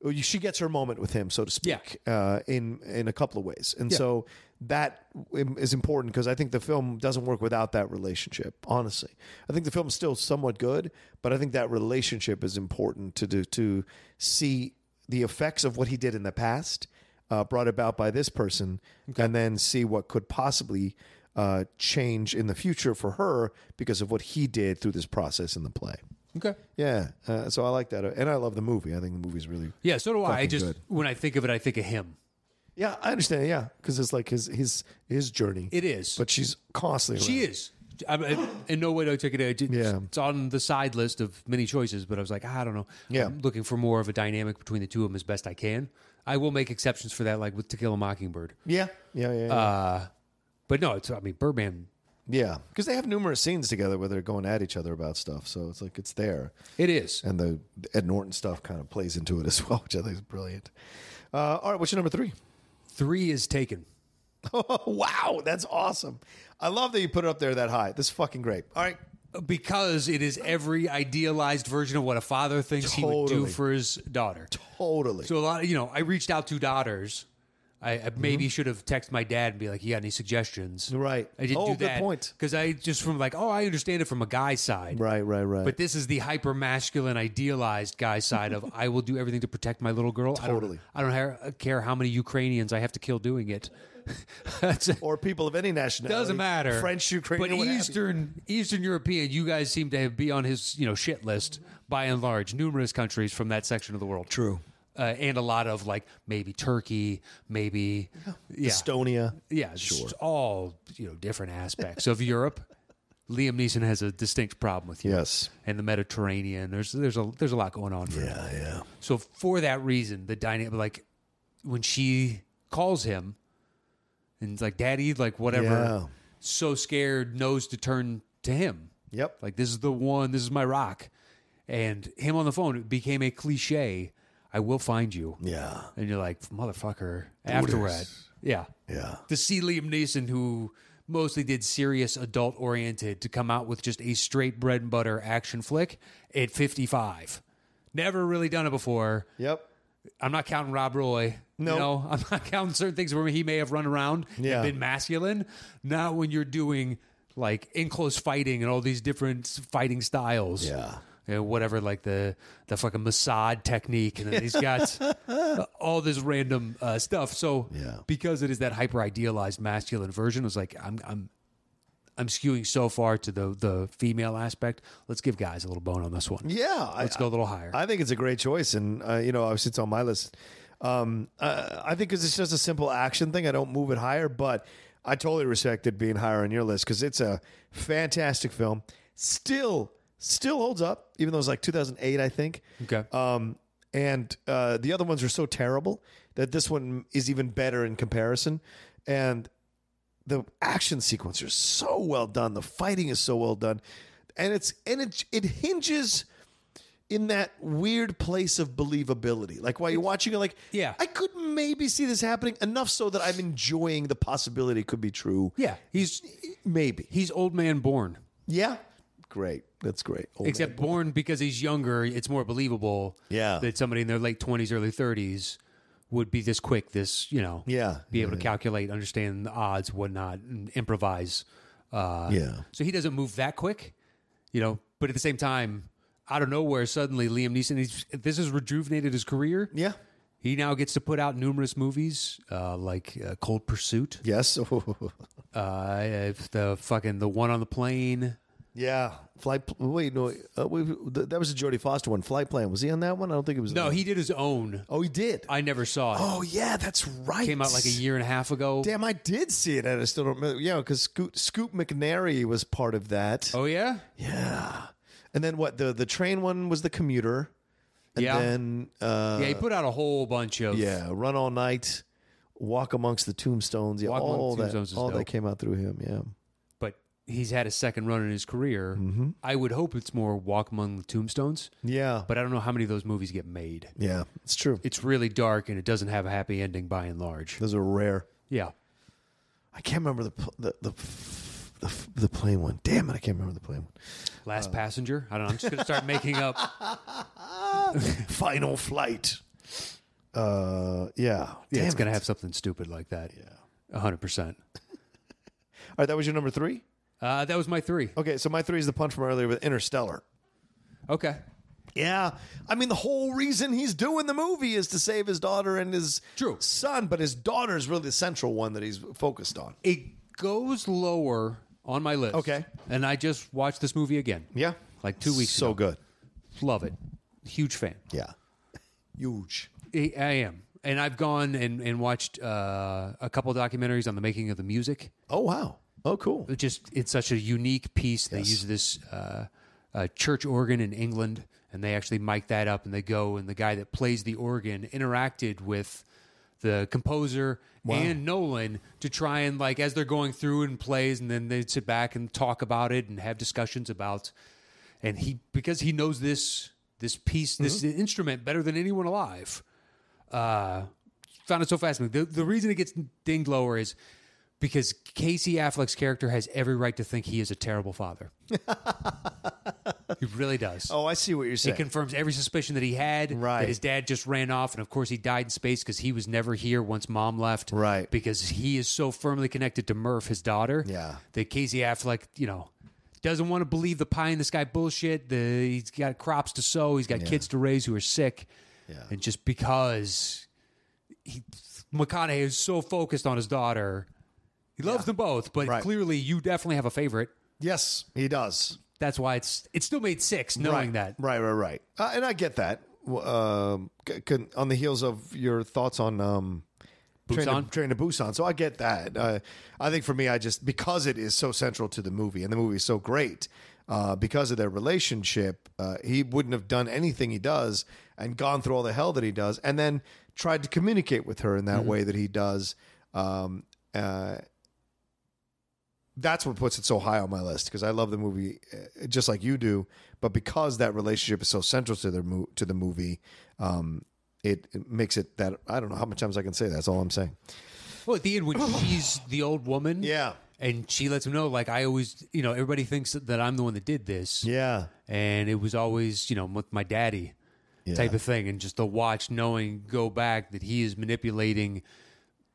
Speaker 1: well, you- She gets her moment with him, so to speak, uh, in in a couple of ways, and so that im- is important because I think the film doesn't work without that relationship. Honestly, I think the film's still somewhat good, but I think that relationship is important to do to see the effects of what he did in the past, uh, brought about by this person, and then see what could possibly uh, change in the future for her because of what he did through this process in the play.
Speaker 2: Okay.
Speaker 1: Yeah, uh, so I like that, and I love the movie. I think the movie's really.
Speaker 2: Yeah, so do I. I
Speaker 1: Fucking
Speaker 2: just
Speaker 1: good.
Speaker 2: when I think of it, I think of him.
Speaker 1: Yeah, I understand. Yeah, because it's like his his his journey.
Speaker 2: It is.
Speaker 1: but she's constantly.
Speaker 2: She is. I, I, in no way do I take it. I did,
Speaker 1: Yeah.
Speaker 2: It's on the side list of many choices, but I was like, "Ah, I don't know.
Speaker 1: Yeah.
Speaker 2: I'm looking for more of a dynamic between the two of them as best I can. I will make exceptions for that, like with To Kill a Mockingbird.
Speaker 1: Yeah, yeah, yeah, yeah.
Speaker 2: Uh, but no, it's, I mean, Birdman,
Speaker 1: yeah. Because they have numerous scenes together where they're going at each other about stuff. So it's like it's there,
Speaker 2: it is.
Speaker 1: and the Ed Norton stuff kind of plays into it as well, which I think is brilliant. Uh, all right, what's your number three?
Speaker 2: Three is taken.
Speaker 1: wow, that's awesome. I love that you put it up there that high. This is fucking great. All right,
Speaker 2: Because it is every idealized version of what a father thinks he would
Speaker 1: Totally.
Speaker 2: do for his daughter.
Speaker 1: totally.
Speaker 2: So a lot, of, you know, I reached out to daughters. I, I
Speaker 1: Mm-hmm.
Speaker 2: maybe should have texted my dad and be like, "You got any suggestions?"
Speaker 1: Right.
Speaker 2: I didn't
Speaker 1: Oh,
Speaker 2: do
Speaker 1: good
Speaker 2: that
Speaker 1: point.
Speaker 2: because I just from like, oh, I understand it from a guy's side,
Speaker 1: right, right, right.
Speaker 2: but this is the hyper masculine, idealized guy side of I will do everything to protect my little girl.
Speaker 1: Totally.
Speaker 2: I don't, I don't ha- care how many Ukrainians I have to kill doing it. That's it.
Speaker 1: or people of any nationality
Speaker 2: Doesn't matter.
Speaker 1: French, Ukrainian,
Speaker 2: but
Speaker 1: what have you.
Speaker 2: Eastern Eastern European, you guys seem to be on his you know shit list by and large. Numerous countries from that section of the world.
Speaker 1: True.
Speaker 2: uh, and a lot of like maybe Turkey, maybe yeah,
Speaker 1: Estonia.
Speaker 2: yeah, sure, all you know different aspects of Europe. Liam Neeson has a distinct problem with Europe
Speaker 1: Yes.
Speaker 2: and the Mediterranean. There's there's a there's a lot going on. For him.
Speaker 1: Yeah, yeah.
Speaker 2: So for that reason, the dynamic like when she calls him and it's like daddy, like whatever,
Speaker 1: Yeah.
Speaker 2: so scared, knows to turn to him.
Speaker 1: Yep.
Speaker 2: Like this is the one, this is my rock. And him on the phone it became a cliche. I will find you.
Speaker 1: Yeah.
Speaker 2: And you're like, motherfucker, after we're at. Yeah.
Speaker 1: Yeah.
Speaker 2: To see Liam Neeson, who mostly did serious adult oriented, to come out with just a straight bread and butter action flick at 55. Never really done it before.
Speaker 1: Yep.
Speaker 2: I'm not counting Rob Roy.
Speaker 1: No.
Speaker 2: You know, I'm not counting certain things where he may have run around
Speaker 1: Yeah.
Speaker 2: and been masculine. Not when you're doing like in close fighting and all these different fighting styles.
Speaker 1: Yeah.
Speaker 2: You know, whatever, like the the fucking Mossad technique, and then he's got uh, all this random uh, stuff. So,
Speaker 1: Yeah.
Speaker 2: because it is that hyper idealized masculine version, it's like I'm I'm I'm skewing so far to the the female aspect. Let's give guys a little bone on this one.
Speaker 1: Yeah. I-
Speaker 2: Let's go a little higher.
Speaker 1: I think it's a great choice, and uh, you know, obviously it's on my list. Um, uh, I think because it's just a simple action thing. I don't move it higher, but I totally respect it being higher on your list because it's a fantastic film. Still, still holds up, even though it's like 2008, I think.
Speaker 2: Okay.
Speaker 1: Um, and uh, the other ones are so terrible that this one is even better in comparison. And the action sequence are so well done. The fighting is so well done, and it's and it it hinges in that weird place of believability. Like while you're watching, you're like,
Speaker 2: Yeah.
Speaker 1: I could maybe see this happening enough so that I'm enjoying the possibility it could be true.
Speaker 2: yeah, he's
Speaker 1: Maybe.
Speaker 2: he's old man born.
Speaker 1: Yeah, great. That's great. Oh Old
Speaker 2: Except
Speaker 1: man.
Speaker 2: born because he's younger, it's more believable.
Speaker 1: Yeah.
Speaker 2: that somebody in their late twenties, early thirties would be this quick, this you know,
Speaker 1: Yeah.
Speaker 2: be able to calculate, understand the odds, whatnot, and improvise. Uh,
Speaker 1: Yeah.
Speaker 2: So he doesn't move that quick, you know. But at the same time, out of nowhere, suddenly Liam Neeson. He's, this has rejuvenated his career.
Speaker 1: yeah.
Speaker 2: He now gets to put out numerous movies uh, like uh, Cold Pursuit,
Speaker 1: Yes.
Speaker 2: uh, if the fucking the one on the plane.
Speaker 1: yeah. Flight. pl- Wait. No. Uh, we, th- that was a Jodie Foster one. Flight plan. Was he on that one? I don't think it was.
Speaker 2: No, he did his own.
Speaker 1: Oh, he did.
Speaker 2: I never saw it.
Speaker 1: oh, yeah. That's right.
Speaker 2: Came out like a year and a half ago.
Speaker 1: Damn, I did see it, and I still don't remember. Yeah, because Scoop, Scoop McNary was part of that.
Speaker 2: Oh yeah,
Speaker 1: Yeah. And then what? The the train one was the commuter. And
Speaker 2: Yeah.
Speaker 1: Then uh,
Speaker 2: yeah. He
Speaker 1: yeah,
Speaker 2: put out a whole bunch of
Speaker 1: run all night, walk amongst the tombstones. Yeah,
Speaker 2: Walk Amongst
Speaker 1: all
Speaker 2: the
Speaker 1: that
Speaker 2: Tombstones is
Speaker 1: all that
Speaker 2: dope.
Speaker 1: came out through him. Yeah.
Speaker 2: But he's had a second run in his career.
Speaker 1: Mm-hmm.
Speaker 2: I would hope it's more Walk Among the Tombstones.
Speaker 1: Yeah.
Speaker 2: But I don't know how many of those movies get made.
Speaker 1: yeah, it's true.
Speaker 2: It's really dark and it doesn't have a happy ending by and large.
Speaker 1: Those are rare.
Speaker 2: Yeah.
Speaker 1: I can't remember the pl- the the f- the, f- the plane one. Damn it, I can't remember the plane one.
Speaker 2: Last Passenger. I don't know. I'm just gonna start making up. Ah.
Speaker 1: Final flight. Uh, yeah.
Speaker 2: Yeah,
Speaker 1: Damn
Speaker 2: it's gonna
Speaker 1: it.
Speaker 2: have something stupid like that. Yeah. hundred percent.
Speaker 1: All right, that was your number three.
Speaker 2: Uh, that was my three.
Speaker 1: Okay, so my three is the punch from earlier with Interstellar.
Speaker 2: Okay.
Speaker 1: Yeah. I mean, the whole reason he's doing the movie is to save his daughter and his
Speaker 2: True.
Speaker 1: son, but his daughter is really the central one that he's focused on.
Speaker 2: It goes lower on my list.
Speaker 1: Okay.
Speaker 2: And I just watched this movie again.
Speaker 1: Yeah.
Speaker 2: Like two weeks
Speaker 1: So
Speaker 2: ago.
Speaker 1: good.
Speaker 2: Love it. Huge fan.
Speaker 1: Yeah. Huge.
Speaker 2: I I am. And I've gone and, and watched uh, a couple documentaries on the making of the music.
Speaker 1: Oh, wow. Oh, cool.
Speaker 2: It just it's such a unique piece. They use this uh, uh, church organ in England, and they actually mic that up, and they go and the guy that plays the organ interacted with the composer and Nolan to try and like as they're going through and plays, and then they'd sit back and talk about it and have discussions about. And he because he knows this this piece this instrument better than anyone alive uh, found it so fascinating. The, the reason it gets dinged lower is because Casey Affleck's character has every right to think he is a terrible father. he really does.
Speaker 1: Oh, I see what you're
Speaker 2: It
Speaker 1: saying.
Speaker 2: confirms every suspicion that he had
Speaker 1: Right.
Speaker 2: that his dad just ran off, and of course he died in space because he was never here once mom left.
Speaker 1: Right.
Speaker 2: because he is so firmly connected to Murph, his daughter.
Speaker 1: Yeah.
Speaker 2: that Casey Affleck, you know, doesn't want to believe the pie in the sky bullshit. The he's got crops to sow, he's got kids to raise who are sick,
Speaker 1: Yeah.
Speaker 2: and just because he McConaughey is so focused on his daughter, he loves them both, but
Speaker 1: Right.
Speaker 2: clearly you definitely have a favorite.
Speaker 1: yes, he does.
Speaker 2: That's why it's it still made six, knowing
Speaker 1: right.
Speaker 2: that.
Speaker 1: Right, right, right. Uh, and I get that. W- Um, c- c- on the heels of your thoughts on um, Train to,
Speaker 2: Busan?
Speaker 1: Train to Busan, so I get that. Uh, I think for me, I just because it is so central to the movie, and the movie is so great uh, because of their relationship. Uh, he wouldn't have done anything he does and gone through all the hell that he does, and then tried to communicate with her in
Speaker 2: Mm-hmm.
Speaker 1: that way that he does. Um, uh, that's what puts it so high on my list because I love the movie uh, just like you do, but because that relationship is so central to their mo- to the movie, um, it, it makes it that I don't know how many times I can say that. that's all I'm saying.
Speaker 2: Well, at the end when she's the old woman,
Speaker 1: Yeah.
Speaker 2: and she lets him know, like I always, you know, everybody thinks that I'm the one that did this,
Speaker 1: Yeah,
Speaker 2: and it was always, you know, with my daddy type of thing, and just the watch, knowing, go back that he is manipulating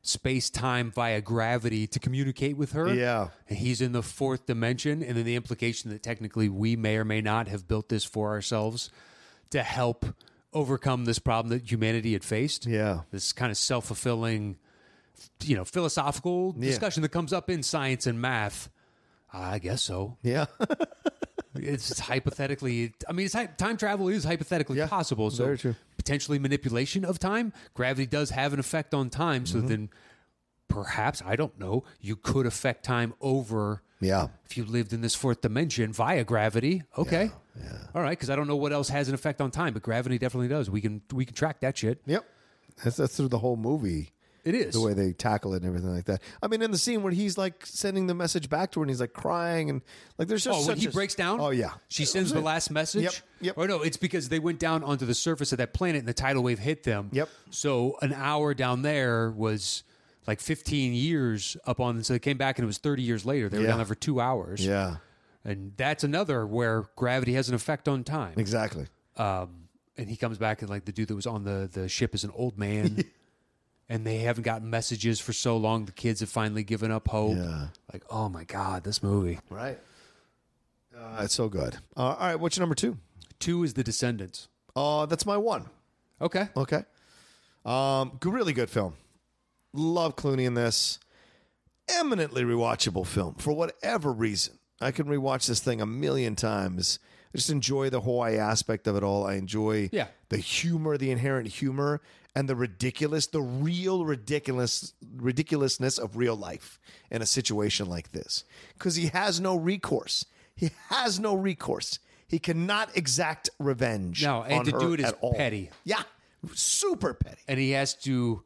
Speaker 2: space time via gravity to communicate with her.
Speaker 1: Yeah.
Speaker 2: and he's in the fourth dimension, and then the implication that technically we may or may not have built this for ourselves to help overcome this problem that humanity had faced
Speaker 1: yeah,
Speaker 2: this kind of self fulfilling, you know, philosophical discussion that comes up in science and math. I guess so.
Speaker 1: yeah.
Speaker 2: It's hypothetically. I mean, it's hy- time travel is hypothetically
Speaker 1: Yeah,
Speaker 2: possible. So
Speaker 1: very true.
Speaker 2: potentially manipulation of time. Gravity does have an effect on time.
Speaker 1: Mm-hmm.
Speaker 2: So then perhaps, I don't know, you could affect time over
Speaker 1: Yeah.
Speaker 2: if you lived in this fourth dimension via gravity. Okay. All right. Because I don't know what else has an effect on time, but gravity definitely does. We can we can track that shit.
Speaker 1: Yep. That's, that's through the whole movie.
Speaker 2: It is.
Speaker 1: the way they tackle it and everything like that. I mean, in the scene where he's like sending the message back to her and he's like crying and like there's just
Speaker 2: Oh, when
Speaker 1: such
Speaker 2: he
Speaker 1: a-
Speaker 2: breaks down?
Speaker 1: Oh yeah,
Speaker 2: She sends the last message?
Speaker 1: Yep, yep.
Speaker 2: Or no, it's because they went down onto the surface of that planet and the tidal wave hit them.
Speaker 1: Yep.
Speaker 2: So an hour down there was like 15 years up on. So they came back and it was 30 years later. They were
Speaker 1: Yeah.
Speaker 2: down there for two hours.
Speaker 1: yeah,
Speaker 2: And that's another where gravity has an effect on time.
Speaker 1: exactly.
Speaker 2: Um, and he comes back and like the dude that was on the, the ship is an old man. And they haven't gotten messages for so long. The kids have finally given up hope.
Speaker 1: Yeah.
Speaker 2: Like, oh my God, this movie.
Speaker 1: Right. Uh, it's so good. Uh, all right, what's your number two?
Speaker 2: Two is The Descendants.
Speaker 1: Uh, that's my one.
Speaker 2: Okay.
Speaker 1: Okay. Um, g- really good film. Love Clooney in this. Eminently rewatchable film for whatever reason. I can rewatch this thing a million times. I just enjoy the Hawaii aspect of it all. I enjoy
Speaker 2: Yeah.
Speaker 1: the humor, the inherent humor, and the ridiculous, the real ridiculous ridiculousness of real life in a situation like this. Because he has no recourse. He has no recourse. He cannot exact revenge.
Speaker 2: No, and
Speaker 1: on
Speaker 2: to do
Speaker 1: her
Speaker 2: it is
Speaker 1: at all.
Speaker 2: petty.
Speaker 1: Yeah, super petty.
Speaker 2: and he has to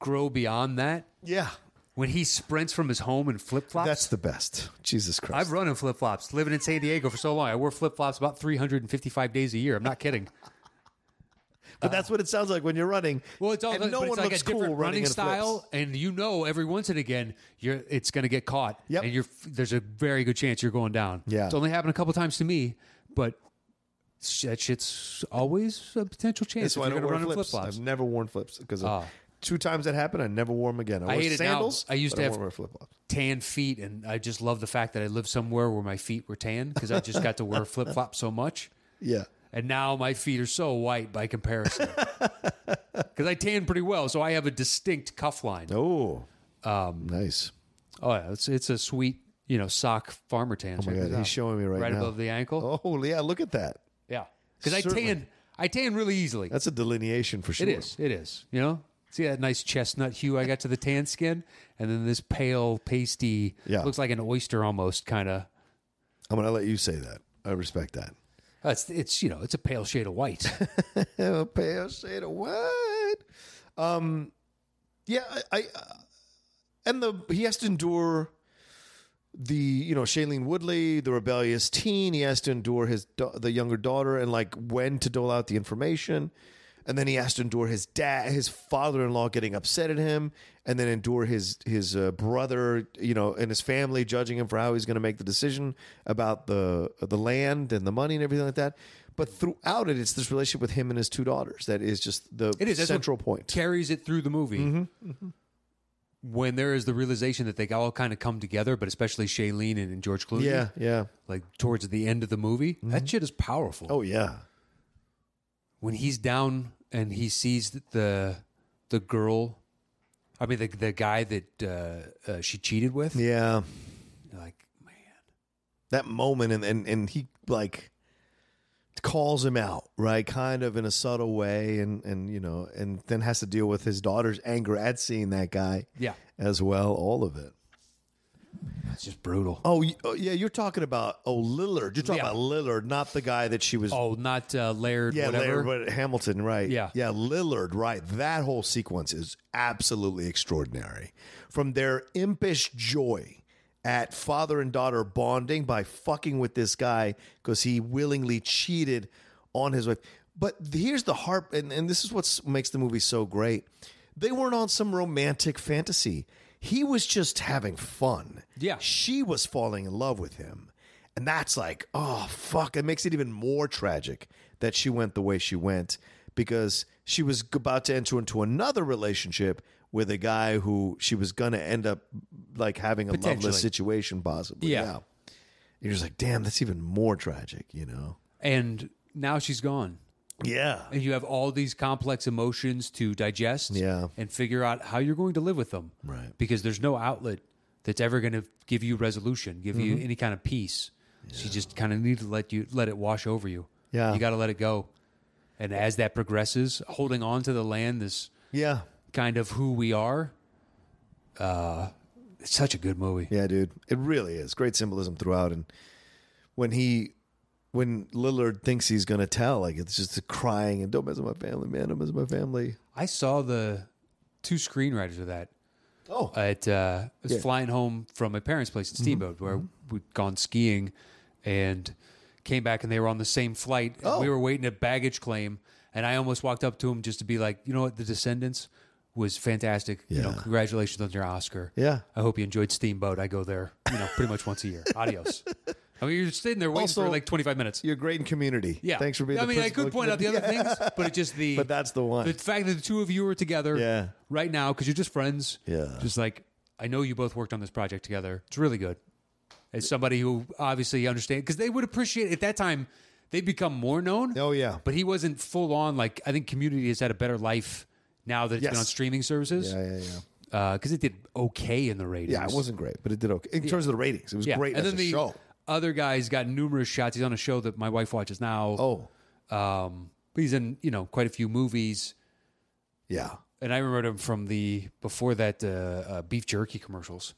Speaker 2: grow beyond that.
Speaker 1: Yeah,
Speaker 2: When he sprints from his home in flip flops,
Speaker 1: that's the best. Jesus Christ!
Speaker 2: I've run in flip flops. Living in San Diego for so long, I wore flip flops about 355 days a year. I'm not kidding.
Speaker 1: but that's what it sounds like when you're running.
Speaker 2: Well, it's all
Speaker 1: and
Speaker 2: but
Speaker 1: no
Speaker 2: it's
Speaker 1: one
Speaker 2: like
Speaker 1: looks
Speaker 2: a
Speaker 1: cool
Speaker 2: different
Speaker 1: running,
Speaker 2: running,
Speaker 1: in
Speaker 2: style,
Speaker 1: flips.
Speaker 2: and you know every once and again you're it's going to get caught,
Speaker 1: Yep.
Speaker 2: and you're there's a very good chance you're going down.
Speaker 1: Yeah.
Speaker 2: it's only happened a couple times to me, but sh- that shit's always a potential chance.
Speaker 1: That's
Speaker 2: if
Speaker 1: why I
Speaker 2: you're
Speaker 1: don't
Speaker 2: gonna
Speaker 1: wear
Speaker 2: run in
Speaker 1: flips.
Speaker 2: flip-flops.
Speaker 1: I've never worn flips because of
Speaker 2: Ah.
Speaker 1: two times that happened. I never wore them again. I, wore
Speaker 2: hate it now.
Speaker 1: sandals.
Speaker 2: I used
Speaker 1: but I
Speaker 2: to have-
Speaker 1: won't wear flip flops.
Speaker 2: tan feet, and I just love the fact that I lived somewhere where my feet were tan because I just got to wear flip flops so much,
Speaker 1: Yeah,
Speaker 2: and now my feet are so white by comparison because I tan pretty well, so I have a distinct cuff line.
Speaker 1: oh,
Speaker 2: Um,
Speaker 1: nice.
Speaker 2: Oh, yeah, it's it's a sweet you know sock farmer tan.
Speaker 1: Oh my God, he's showing me right,
Speaker 2: right
Speaker 1: now.
Speaker 2: above the ankle.
Speaker 1: Oh yeah, look at that.
Speaker 2: Yeah, because I
Speaker 1: Certainly.
Speaker 2: tan I tan really easily.
Speaker 1: That's a delineation for sure.
Speaker 2: It is. It is. You know. See that nice chestnut hue I got to the tan skin, and then this pale, pasty,
Speaker 1: Yeah.
Speaker 2: looks like an oyster almost kind of.
Speaker 1: I'm gonna let you say that. I respect that.
Speaker 2: It's, it's you know it's a pale shade of white.
Speaker 1: a pale shade of white. Um, yeah, I, I uh, and the he has to endure the you know Shailene Woodley, the rebellious teen. He has to endure his da- the younger daughter and like when to dole out the information, and then he has to endure his dad, his father in law getting upset at him, and then endure his his uh, brother, you know, and his family judging him for how he's going to make the decision about the the land and the money and everything like that. But throughout it, it's this relationship with him and his two daughters that is just the
Speaker 2: It is That's what
Speaker 1: central point.
Speaker 2: Carries it through the movie.
Speaker 1: Mm-hmm.
Speaker 2: When there is the realization that they all kind of come together, but especially Shailene and, and George Clooney,
Speaker 1: Yeah, yeah.
Speaker 2: like towards the end of the movie, that shit is powerful.
Speaker 1: Oh yeah.
Speaker 2: When he's down and he sees th- the the girl, I mean the the guy that uh, uh, she cheated with,
Speaker 1: Yeah.
Speaker 2: like man,
Speaker 1: that moment and and, and he like calls him out right kind of in a subtle way and and you know and then has to deal with his daughter's anger at seeing that guy
Speaker 2: yeah,
Speaker 1: as well all of it
Speaker 2: that's just brutal.
Speaker 1: oh y- oh, yeah you're talking about oh lillard you're talking
Speaker 2: Yeah.
Speaker 1: about lillard not the guy that she was
Speaker 2: Oh, not uh, Laird,
Speaker 1: yeah
Speaker 2: whatever.
Speaker 1: Laird, but hamilton right
Speaker 2: Yeah.
Speaker 1: yeah lillard right that whole sequence is absolutely extraordinary from their impish joy at father and daughter bonding by fucking with this guy because he willingly cheated on his wife. But here's the harp, and, and this is what makes the movie so great. They weren't on some romantic fantasy. He was just having fun.
Speaker 2: Yeah.
Speaker 1: She was falling in love with him. And that's like, oh, fuck. It makes it even more tragic that she went the way she went because she was about to enter into another relationship with a guy who she was going to end up like having a loveless
Speaker 2: Potentially.
Speaker 1: situation, possibly.
Speaker 2: Yeah.
Speaker 1: You're just like, damn, that's even more tragic, you know?
Speaker 2: and now she's gone.
Speaker 1: Yeah.
Speaker 2: and you have all these complex emotions to digest
Speaker 1: Yeah.
Speaker 2: and figure out how you're going to live with them
Speaker 1: Right.
Speaker 2: because there's no outlet that's ever going to give you resolution give
Speaker 1: Mm-hmm.
Speaker 2: you any kind of peace so you just kind of need to let you let it wash over you
Speaker 1: Yeah.
Speaker 2: you got to let it go And as that progresses, holding on to the land, this
Speaker 1: Yeah.
Speaker 2: kind of who we are. Uh, it's such a good movie.
Speaker 1: Yeah, dude. It really is. Great symbolism throughout. And when he when Lillard thinks he's gonna tell, like it's just crying and don't mess with my family, man, don't mess with my family.
Speaker 2: I saw the two screenwriters of that.
Speaker 1: Oh.
Speaker 2: At uh, I was
Speaker 1: Yeah. Mm-hmm.
Speaker 2: flying home from my parents' place in Steamboat, where we'd gone skiing, and came back, and they were on the same flight. and
Speaker 1: Oh.
Speaker 2: We were waiting at baggage claim, and I almost walked up to him just to be like, you know what, The Descendants was fantastic. You know,
Speaker 1: Yeah.
Speaker 2: congratulations on your Oscar.
Speaker 1: Yeah.
Speaker 2: I hope you enjoyed Steamboat. I go there, you know, pretty much once a year. Adios. I mean, you're sitting there waiting for
Speaker 1: Also-
Speaker 2: like 25 minutes.
Speaker 1: You're great in community.
Speaker 2: Yeah.
Speaker 1: Thanks for being
Speaker 2: I
Speaker 1: the
Speaker 2: mean, I
Speaker 1: principal
Speaker 2: could point out the other
Speaker 1: community.
Speaker 2: things, but it just the.
Speaker 1: But that's the one.
Speaker 2: The fact that the two of you are together
Speaker 1: Yeah.
Speaker 2: right now, because you're just friends.
Speaker 1: Yeah.
Speaker 2: Just like, I know you both worked on this project together. It's really good. As somebody who obviously understands, because they would appreciate at that time, they become more known.
Speaker 1: Oh, yeah.
Speaker 2: But he wasn't full on. Like, I think community has had a better life now that it's been
Speaker 1: Yes.
Speaker 2: on streaming services.
Speaker 1: Yeah, yeah, yeah.
Speaker 2: Because it did okay in the ratings.
Speaker 1: Yeah, it wasn't great, but it did okay. In terms of the ratings, it was great
Speaker 2: And
Speaker 1: as
Speaker 2: then
Speaker 1: a
Speaker 2: the
Speaker 1: show.
Speaker 2: other guy's got numerous shots. He's on a show that my wife watches now.
Speaker 1: Oh,
Speaker 2: Um, but he's in, you know, quite a few movies.
Speaker 1: yeah.
Speaker 2: And I remembered him from the before that uh, uh, beef jerky commercials.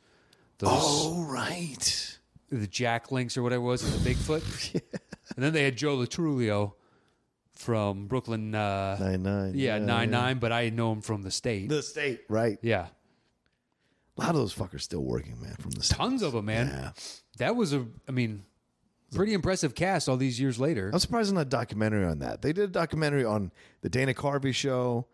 Speaker 2: Those
Speaker 1: Oh, right.
Speaker 2: the Jack Links or whatever it was and the Bigfoot. And then they had Joe Latrulio from Brooklyn uh,
Speaker 1: 9 9.
Speaker 2: yeah, nine nine, but I know him from the state.
Speaker 1: The state. Right.
Speaker 2: yeah.
Speaker 1: A lot of those fuckers still working, man, from the state.
Speaker 2: Tons of them, man.
Speaker 1: Yeah.
Speaker 2: That was a I mean pretty impressive cast all these years later.
Speaker 1: I'm surprised on a documentary on that. They did a documentary on the Dana Carvey show.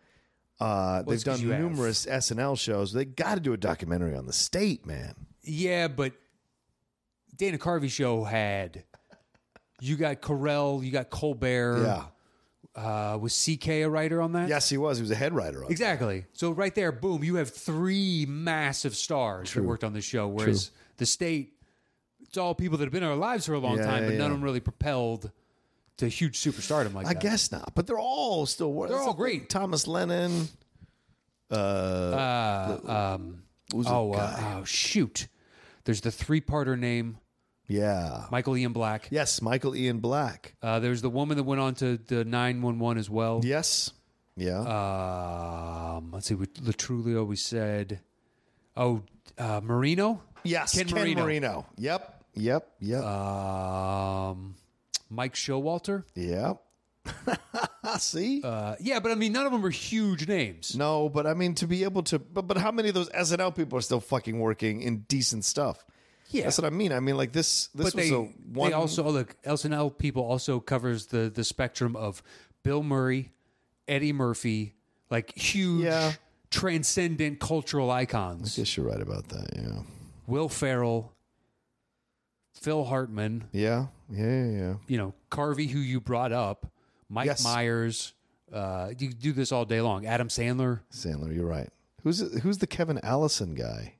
Speaker 1: Uh, they've
Speaker 2: it's 'cause
Speaker 1: done
Speaker 2: you have.
Speaker 1: numerous SNL shows. They got to do a documentary on the state, man.
Speaker 2: Yeah, but Dana Carvey show had you got Carell, you got Colbert. Uh, was CK a writer on that?
Speaker 1: Yes, he was. He was a head writer on it.
Speaker 2: Exactly. So right there, boom, you have three massive stars that worked on the show. Whereas the state, it's all people that have been in our lives for a long
Speaker 1: Yeah,
Speaker 2: time, but
Speaker 1: yeah,
Speaker 2: none
Speaker 1: yeah.
Speaker 2: of them really propelled to huge superstardom like
Speaker 1: I
Speaker 2: that.
Speaker 1: guess not, but they're all still working.
Speaker 2: They're all great.
Speaker 1: Thomas Lennon. Uh,
Speaker 2: Uh, um, oh, uh, oh, shoot. There's the three-parter name,
Speaker 1: yeah.
Speaker 2: Michael Ian Black.
Speaker 1: Yes, Michael Ian Black.
Speaker 2: Uh, there's the woman that went on to the 911 as well.
Speaker 1: Yes. Yeah.
Speaker 2: Uh, Um, let's see, with Latrulio, we said, oh, uh, Marino?
Speaker 1: yes.
Speaker 2: Ken Marino. Uh,
Speaker 1: Yep. Yep. Yep.
Speaker 2: Um, Mike Showalter.
Speaker 1: yep. See?
Speaker 2: Uh, yeah, but I mean, none of them are huge names.
Speaker 1: no, but I mean to be able to but, but how many of those SNL people are still fucking working in decent stuff?
Speaker 2: Yeah.
Speaker 1: That's what I mean. I mean like this this
Speaker 2: but
Speaker 1: was
Speaker 2: they,
Speaker 1: a one
Speaker 2: they also oh, look. SNL people also covers the the spectrum of Bill Murray, Eddie Murphy, like huge,
Speaker 1: Yeah.
Speaker 2: transcendent cultural icons.
Speaker 1: Yes, you're right about that. Yeah.
Speaker 2: Will Ferrell, Phil Hartman.
Speaker 1: Yeah. Yeah, yeah, yeah.
Speaker 2: You know Carvey, who you brought up, Mike
Speaker 1: Yes.
Speaker 2: Myers. Uh, you could do this all day long. Adam Sandler.
Speaker 1: Sandler, you're right. Who's who's the Kevin Allison guy?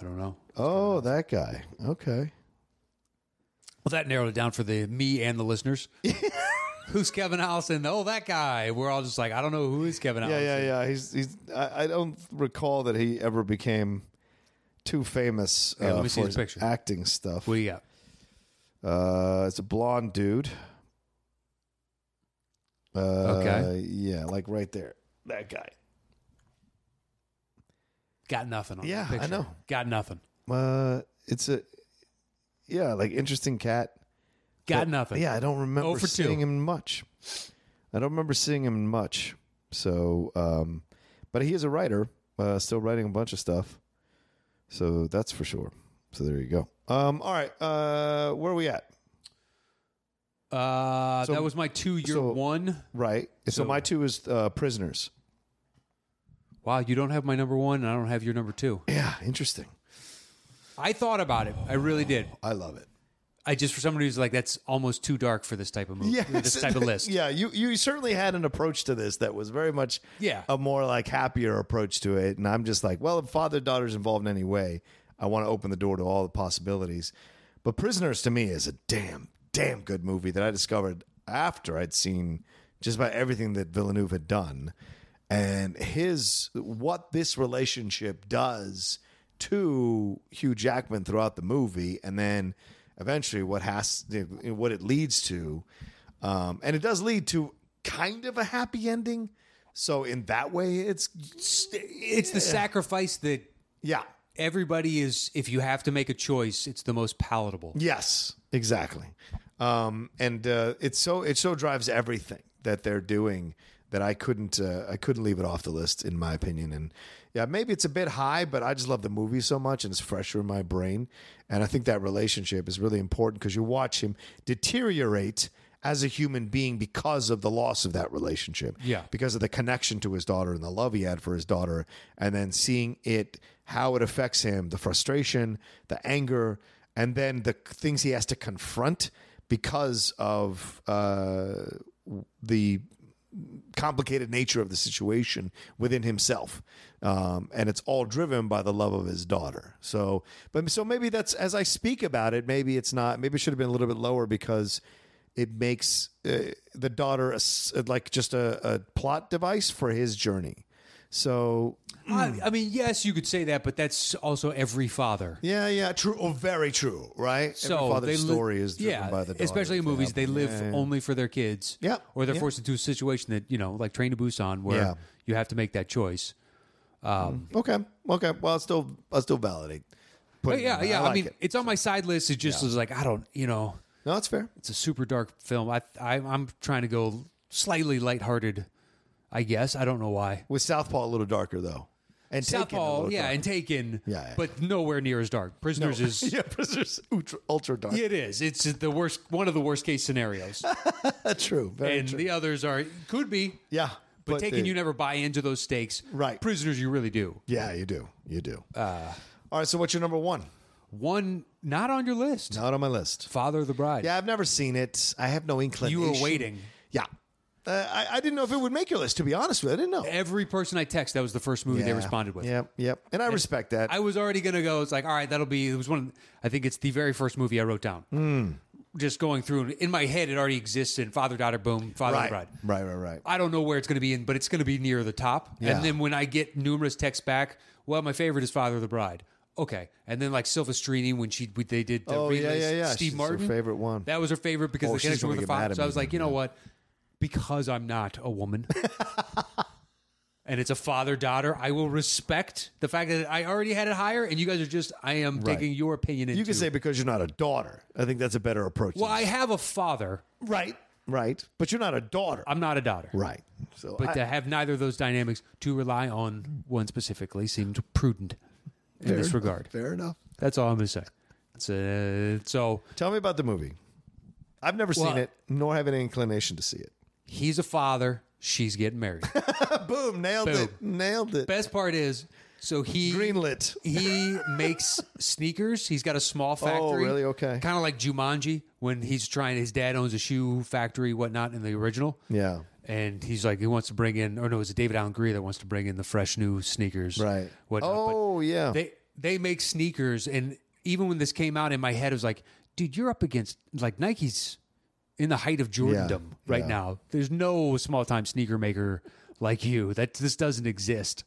Speaker 2: I don't know.
Speaker 1: Oh, that guy. Okay.
Speaker 2: Well, that narrowed it down for the me and the listeners. Who's Kevin Allison? Oh, that guy. We're all just like, I don't know who is Kevin
Speaker 1: Yeah,
Speaker 2: Allison.
Speaker 1: yeah, yeah. He's he's. I, I don't recall that he ever became too famous uh,
Speaker 2: let me
Speaker 1: for
Speaker 2: see his
Speaker 1: his
Speaker 2: picture.
Speaker 1: acting stuff.
Speaker 2: What do you got?
Speaker 1: uh, it's a blonde dude. Uh,
Speaker 2: Okay.
Speaker 1: Yeah, like right there, that guy.
Speaker 2: Got nothing on
Speaker 1: Yeah,
Speaker 2: that picture.
Speaker 1: I know.
Speaker 2: Got nothing.
Speaker 1: Uh, it's a yeah, like interesting cat.
Speaker 2: Got
Speaker 1: But,
Speaker 2: nothing.
Speaker 1: Yeah, I don't remember
Speaker 2: Oh, for two.
Speaker 1: seeing him much. I don't remember seeing him much. So, um, but he is a writer, uh, still writing a bunch of stuff. So that's for sure. So there you go. Um, all right, uh, where are we at?
Speaker 2: Uh,
Speaker 1: So-
Speaker 2: that was my two year
Speaker 1: so-
Speaker 2: one.
Speaker 1: Right. So,
Speaker 2: So-
Speaker 1: my two is uh, prisoners.
Speaker 2: Wow, you don't have my number one, and I don't have your number two.
Speaker 1: Yeah, interesting.
Speaker 2: I thought about it. I really did.
Speaker 1: I love it.
Speaker 2: I just, for somebody who's like, that's almost too dark for this type of movie, this type of list.
Speaker 1: Yeah, you you certainly had an approach to this that was very much
Speaker 2: Yeah.
Speaker 1: a more like happier approach to it. And I'm just like, well, if father daughter's involved in any way, I want to open the door to all the possibilities. But Prisoners to me is a damn, damn good movie that I discovered after I'd seen just about everything that Villeneuve had done. And his what this relationship does to Hugh Jackman throughout the movie, and then eventually what has what it leads to, um, and it does lead to kind of a happy ending. So in that way, it's
Speaker 2: It's the sacrifice that
Speaker 1: yeah,
Speaker 2: everybody is. If you have to make a choice, it's the most palatable.
Speaker 1: yes, exactly. Um, and uh, it's so it so drives everything that they're doing that I couldn't uh, I couldn't leave it off the list in my opinion. And yeah, maybe it's a bit high, but I just love the movie so much and it's fresher in my brain. And I think that relationship is really important because you watch him deteriorate as a human being because of the loss of that relationship.
Speaker 2: Yeah.
Speaker 1: because of the connection to his daughter and the love he had for his daughter, and then seeing it, how it affects him, the frustration, the anger, and then the things he has to confront because of uh, the complicated nature of the situation within himself, um, and it's all driven by the love of his daughter. So, but so maybe that's as I speak about it. Maybe it's not. Maybe it should have been a little bit lower because it makes uh, the daughter a s like just a, a plot device for his journey. So Hmm.
Speaker 2: I, I mean, yes, you could say that, but that's also every father.
Speaker 1: yeah, yeah, true. Oh, very true. Right. Every
Speaker 2: So
Speaker 1: father's
Speaker 2: they li-
Speaker 1: story is driven
Speaker 2: yeah,
Speaker 1: by the daughter.
Speaker 2: especially in
Speaker 1: if they
Speaker 2: movies
Speaker 1: have
Speaker 2: they
Speaker 1: one.
Speaker 2: live
Speaker 1: Yeah, yeah.
Speaker 2: only for their kids.
Speaker 1: Yep,
Speaker 2: or they're
Speaker 1: yeah.
Speaker 2: forced into a situation that you know, like Train to Busan, where
Speaker 1: Yeah.
Speaker 2: you have to make that choice.
Speaker 1: Okay. Okay. Well, I'll still I'll still validate.
Speaker 2: But
Speaker 1: putting
Speaker 2: Oh, yeah,
Speaker 1: it in.
Speaker 2: yeah. I,
Speaker 1: Mm-hmm. like
Speaker 2: mean,
Speaker 1: it.
Speaker 2: it's on my side list. It just is like I don't, you know,
Speaker 1: no, that's fair.
Speaker 2: it's a super dark film. I, I I'm trying to go slightly lighthearted. I guess I don't know why.
Speaker 1: With Southpaw a little darker though, and Taken a
Speaker 2: Southpaw,
Speaker 1: little
Speaker 2: yeah,
Speaker 1: darker.
Speaker 2: and Taken,
Speaker 1: Yeah, yeah.
Speaker 2: but nowhere near as dark. Prisoners is.
Speaker 1: yeah, Prisoners ultra, ultra dark.
Speaker 2: It is. It's the worst. One of the worst case scenarios,
Speaker 1: That's true. Very
Speaker 2: and
Speaker 1: true.
Speaker 2: the others are could be.
Speaker 1: yeah,
Speaker 2: But, taken,
Speaker 1: the-
Speaker 2: you never buy into those stakes.
Speaker 1: Right.
Speaker 2: Prisoners, you really do.
Speaker 1: Yeah, you do. You do.
Speaker 2: Uh,
Speaker 1: All right. So what's your number one?
Speaker 2: One not on your list.
Speaker 1: Not on my list.
Speaker 2: Father of the Bride.
Speaker 1: Yeah, I've never seen it. I have no inclination.
Speaker 2: You were waiting.
Speaker 1: Yeah. Uh, I, I didn't know if it would make your list, to be honest with you. I didn't know.
Speaker 2: Every person I text, that was the first movie they
Speaker 1: Yeah.
Speaker 2: responded with.
Speaker 1: Yep, yep. And I respect that.
Speaker 2: I was already gonna go. It's like, all right, that'll be. It was one. I think it's the very first movie I wrote down.
Speaker 1: Hmm.
Speaker 2: Just going through and in my head, it already exists. In Father Daughter Boom, Father of the
Speaker 1: right.
Speaker 2: Bride.
Speaker 1: right, right, right.
Speaker 2: I don't know where it's going to be in, but it's going to be near the top.
Speaker 1: Yeah.
Speaker 2: And then when I get numerous texts back, well, my favorite is Father of the Bride. Okay, and then like Silvestrini when she when they did the
Speaker 1: Oh, yeah,
Speaker 2: relist,
Speaker 1: yeah, yeah.
Speaker 2: Steve
Speaker 1: She's her
Speaker 2: Martin
Speaker 1: favorite one.
Speaker 2: that was her favorite because
Speaker 1: Oh,
Speaker 2: the
Speaker 1: she's
Speaker 2: connection
Speaker 1: gonna
Speaker 2: with
Speaker 1: get
Speaker 2: the
Speaker 1: mad
Speaker 2: father.
Speaker 1: at
Speaker 2: So I
Speaker 1: me
Speaker 2: was like, you know what? Because I'm not a woman, and it's a father daughter, I will respect the fact that I already had it higher, and you guys are just I am taking your opinion into.
Speaker 1: you can say because you're not a daughter. I think that's a better approach.
Speaker 2: well, I have a father.
Speaker 1: right, right. But you're not a daughter.
Speaker 2: I'm not a daughter.
Speaker 1: right. So
Speaker 2: But
Speaker 1: I-
Speaker 2: to have neither of those dynamics to rely on one specifically seemed prudent in this regard.
Speaker 1: fair enough.
Speaker 2: That's all I'm going to say. It's uh, so
Speaker 1: Tell me about the movie. I've never
Speaker 2: Well,
Speaker 1: seen it, nor have any inclination to see it.
Speaker 2: he's a father. She's getting married.
Speaker 1: Boom! Nailed
Speaker 2: Boom.
Speaker 1: it. Nailed it.
Speaker 2: Best part is, so he
Speaker 1: Greenlit.
Speaker 2: He makes sneakers. He's got a small factory.
Speaker 1: Oh, really? Okay.
Speaker 2: Kind of like Jumanji when he's trying. His dad owns a shoe factory, whatnot, in the original.
Speaker 1: Yeah.
Speaker 2: And he's like, he wants to bring in, or no, it's David Allen Greer that wants to bring in the fresh new sneakers,
Speaker 1: Right.
Speaker 2: Whatnot. But
Speaker 1: Oh, yeah.
Speaker 2: they they make sneakers, and even when this came out in my head, it was like, dude, you're up against like Nike's in the height of Jordandom right
Speaker 1: yeah.
Speaker 2: now. There's no small time sneaker maker like you. That this doesn't exist.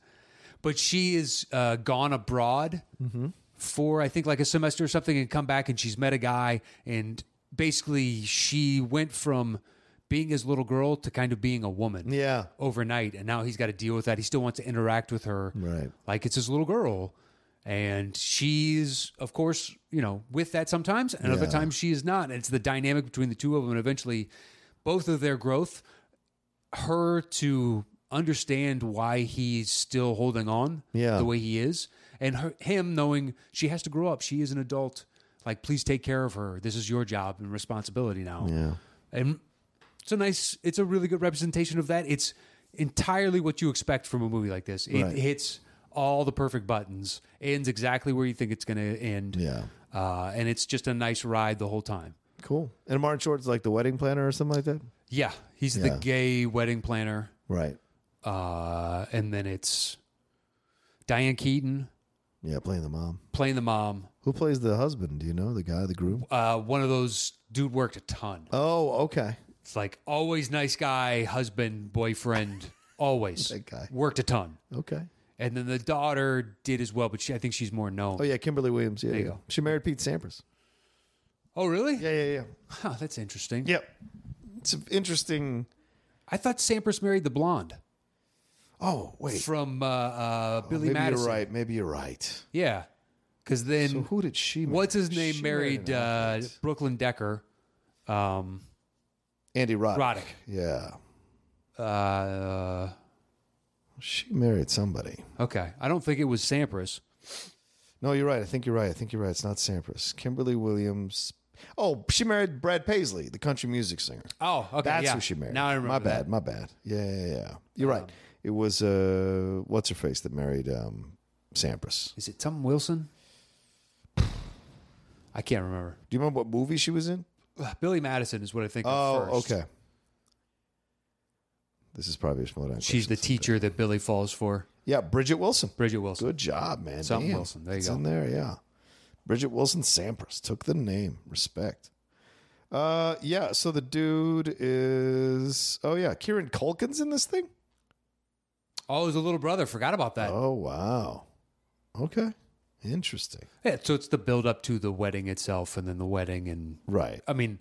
Speaker 2: But she is uh, gone abroad for I think like a semester or something, and come back, and she's met a guy, and basically she went from being his little girl to kind of being a woman
Speaker 1: Yeah.
Speaker 2: overnight and now he's got to deal with that he still wants to interact with her
Speaker 1: Right.
Speaker 2: like it's his little girl and she's of course you know with that sometimes and other
Speaker 1: Yeah.
Speaker 2: times she is not and it's the dynamic between the two of them and eventually both of their growth her to understand why he's still holding on
Speaker 1: Yeah.
Speaker 2: the way he is and her, him knowing she has to grow up she is an adult like please take care of her this is your job and responsibility now
Speaker 1: Yeah.
Speaker 2: and it's a nice it's a really good representation of that it's entirely what you expect from a movie like this it
Speaker 1: Right.
Speaker 2: hits all the perfect buttons ends exactly where you think it's going to end
Speaker 1: Yeah.
Speaker 2: uh, and it's just a nice ride the whole time
Speaker 1: Cool. And Martin Short's like the wedding planner or something like that.
Speaker 2: yeah he's the
Speaker 1: Yeah.
Speaker 2: gay wedding planner
Speaker 1: Right.
Speaker 2: uh, and then it's diane keaton
Speaker 1: Yeah, playing the mom.
Speaker 2: playing the mom
Speaker 1: Who plays the husband? Do you know the guy, the groom?
Speaker 2: uh, one of those dude worked a ton
Speaker 1: Oh, okay.
Speaker 2: it's like always nice guy husband boyfriend always
Speaker 1: That guy.
Speaker 2: worked a ton
Speaker 1: Okay.
Speaker 2: And then the daughter did as well, but she, I think she's more known.
Speaker 1: Oh
Speaker 2: Oh,
Speaker 1: yeah, Kimberly Williams. Yeah,
Speaker 2: There you
Speaker 1: yeah.
Speaker 2: go.
Speaker 1: She married Pete Sampras.
Speaker 2: Oh, really?
Speaker 1: Yeah, yeah, yeah.
Speaker 2: Huh, that's interesting.
Speaker 1: Yep. It's an interesting.
Speaker 2: I thought Sampras married the blonde
Speaker 1: Oh wait,
Speaker 2: from uh, uh, Billy
Speaker 1: Oh, maybe
Speaker 2: Madison.
Speaker 1: you're right. Maybe you're right.
Speaker 2: Yeah, because then
Speaker 1: So who did she? marry?
Speaker 2: what's his name
Speaker 1: She
Speaker 2: married
Speaker 1: an
Speaker 2: uh,
Speaker 1: athlete.
Speaker 2: Brooklyn Decker. Um,
Speaker 1: Andy Roddick.
Speaker 2: Roddick.
Speaker 1: Yeah,
Speaker 2: uh,
Speaker 1: she married somebody.
Speaker 2: okay, I don't think it was Sampras.
Speaker 1: No, you're right. I think you're right. I think you're right. It's not Sampras. Kimberly Williams. Oh, she married Brad Paisley, the country music singer.
Speaker 2: Oh, okay,
Speaker 1: That's
Speaker 2: yeah.
Speaker 1: who she married.
Speaker 2: Now I remember.
Speaker 1: My
Speaker 2: that.
Speaker 1: bad.
Speaker 2: Um,
Speaker 1: My bad. Yeah, yeah, yeah. You're right. It was uh, what's her face that married um, Sampras.
Speaker 2: Is it Tom Wilson? I can't remember.
Speaker 1: Do you remember what movie she was in?
Speaker 2: Ugh, Billy Madison is what I think.
Speaker 1: Oh,
Speaker 2: of first.
Speaker 1: okay. This is probably a small
Speaker 2: She's the teacher that Billy falls for.
Speaker 1: Yeah, Bridget Wilson.
Speaker 2: Bridget Wilson.
Speaker 1: Good job, man.
Speaker 2: Something
Speaker 1: Damn.
Speaker 2: Wilson. There you
Speaker 1: it's
Speaker 2: go.
Speaker 1: in there, yeah. Bridget Wilson Sampras took the name. Respect. Uh, yeah. So the dude is. Oh yeah, Kieran Culkin's in this thing.
Speaker 2: Oh, it was a little brother. Forgot about that.
Speaker 1: Oh wow. Okay. Interesting.
Speaker 2: Yeah, so it's the build up to the wedding itself, and then the wedding, and
Speaker 1: Right.
Speaker 2: I mean,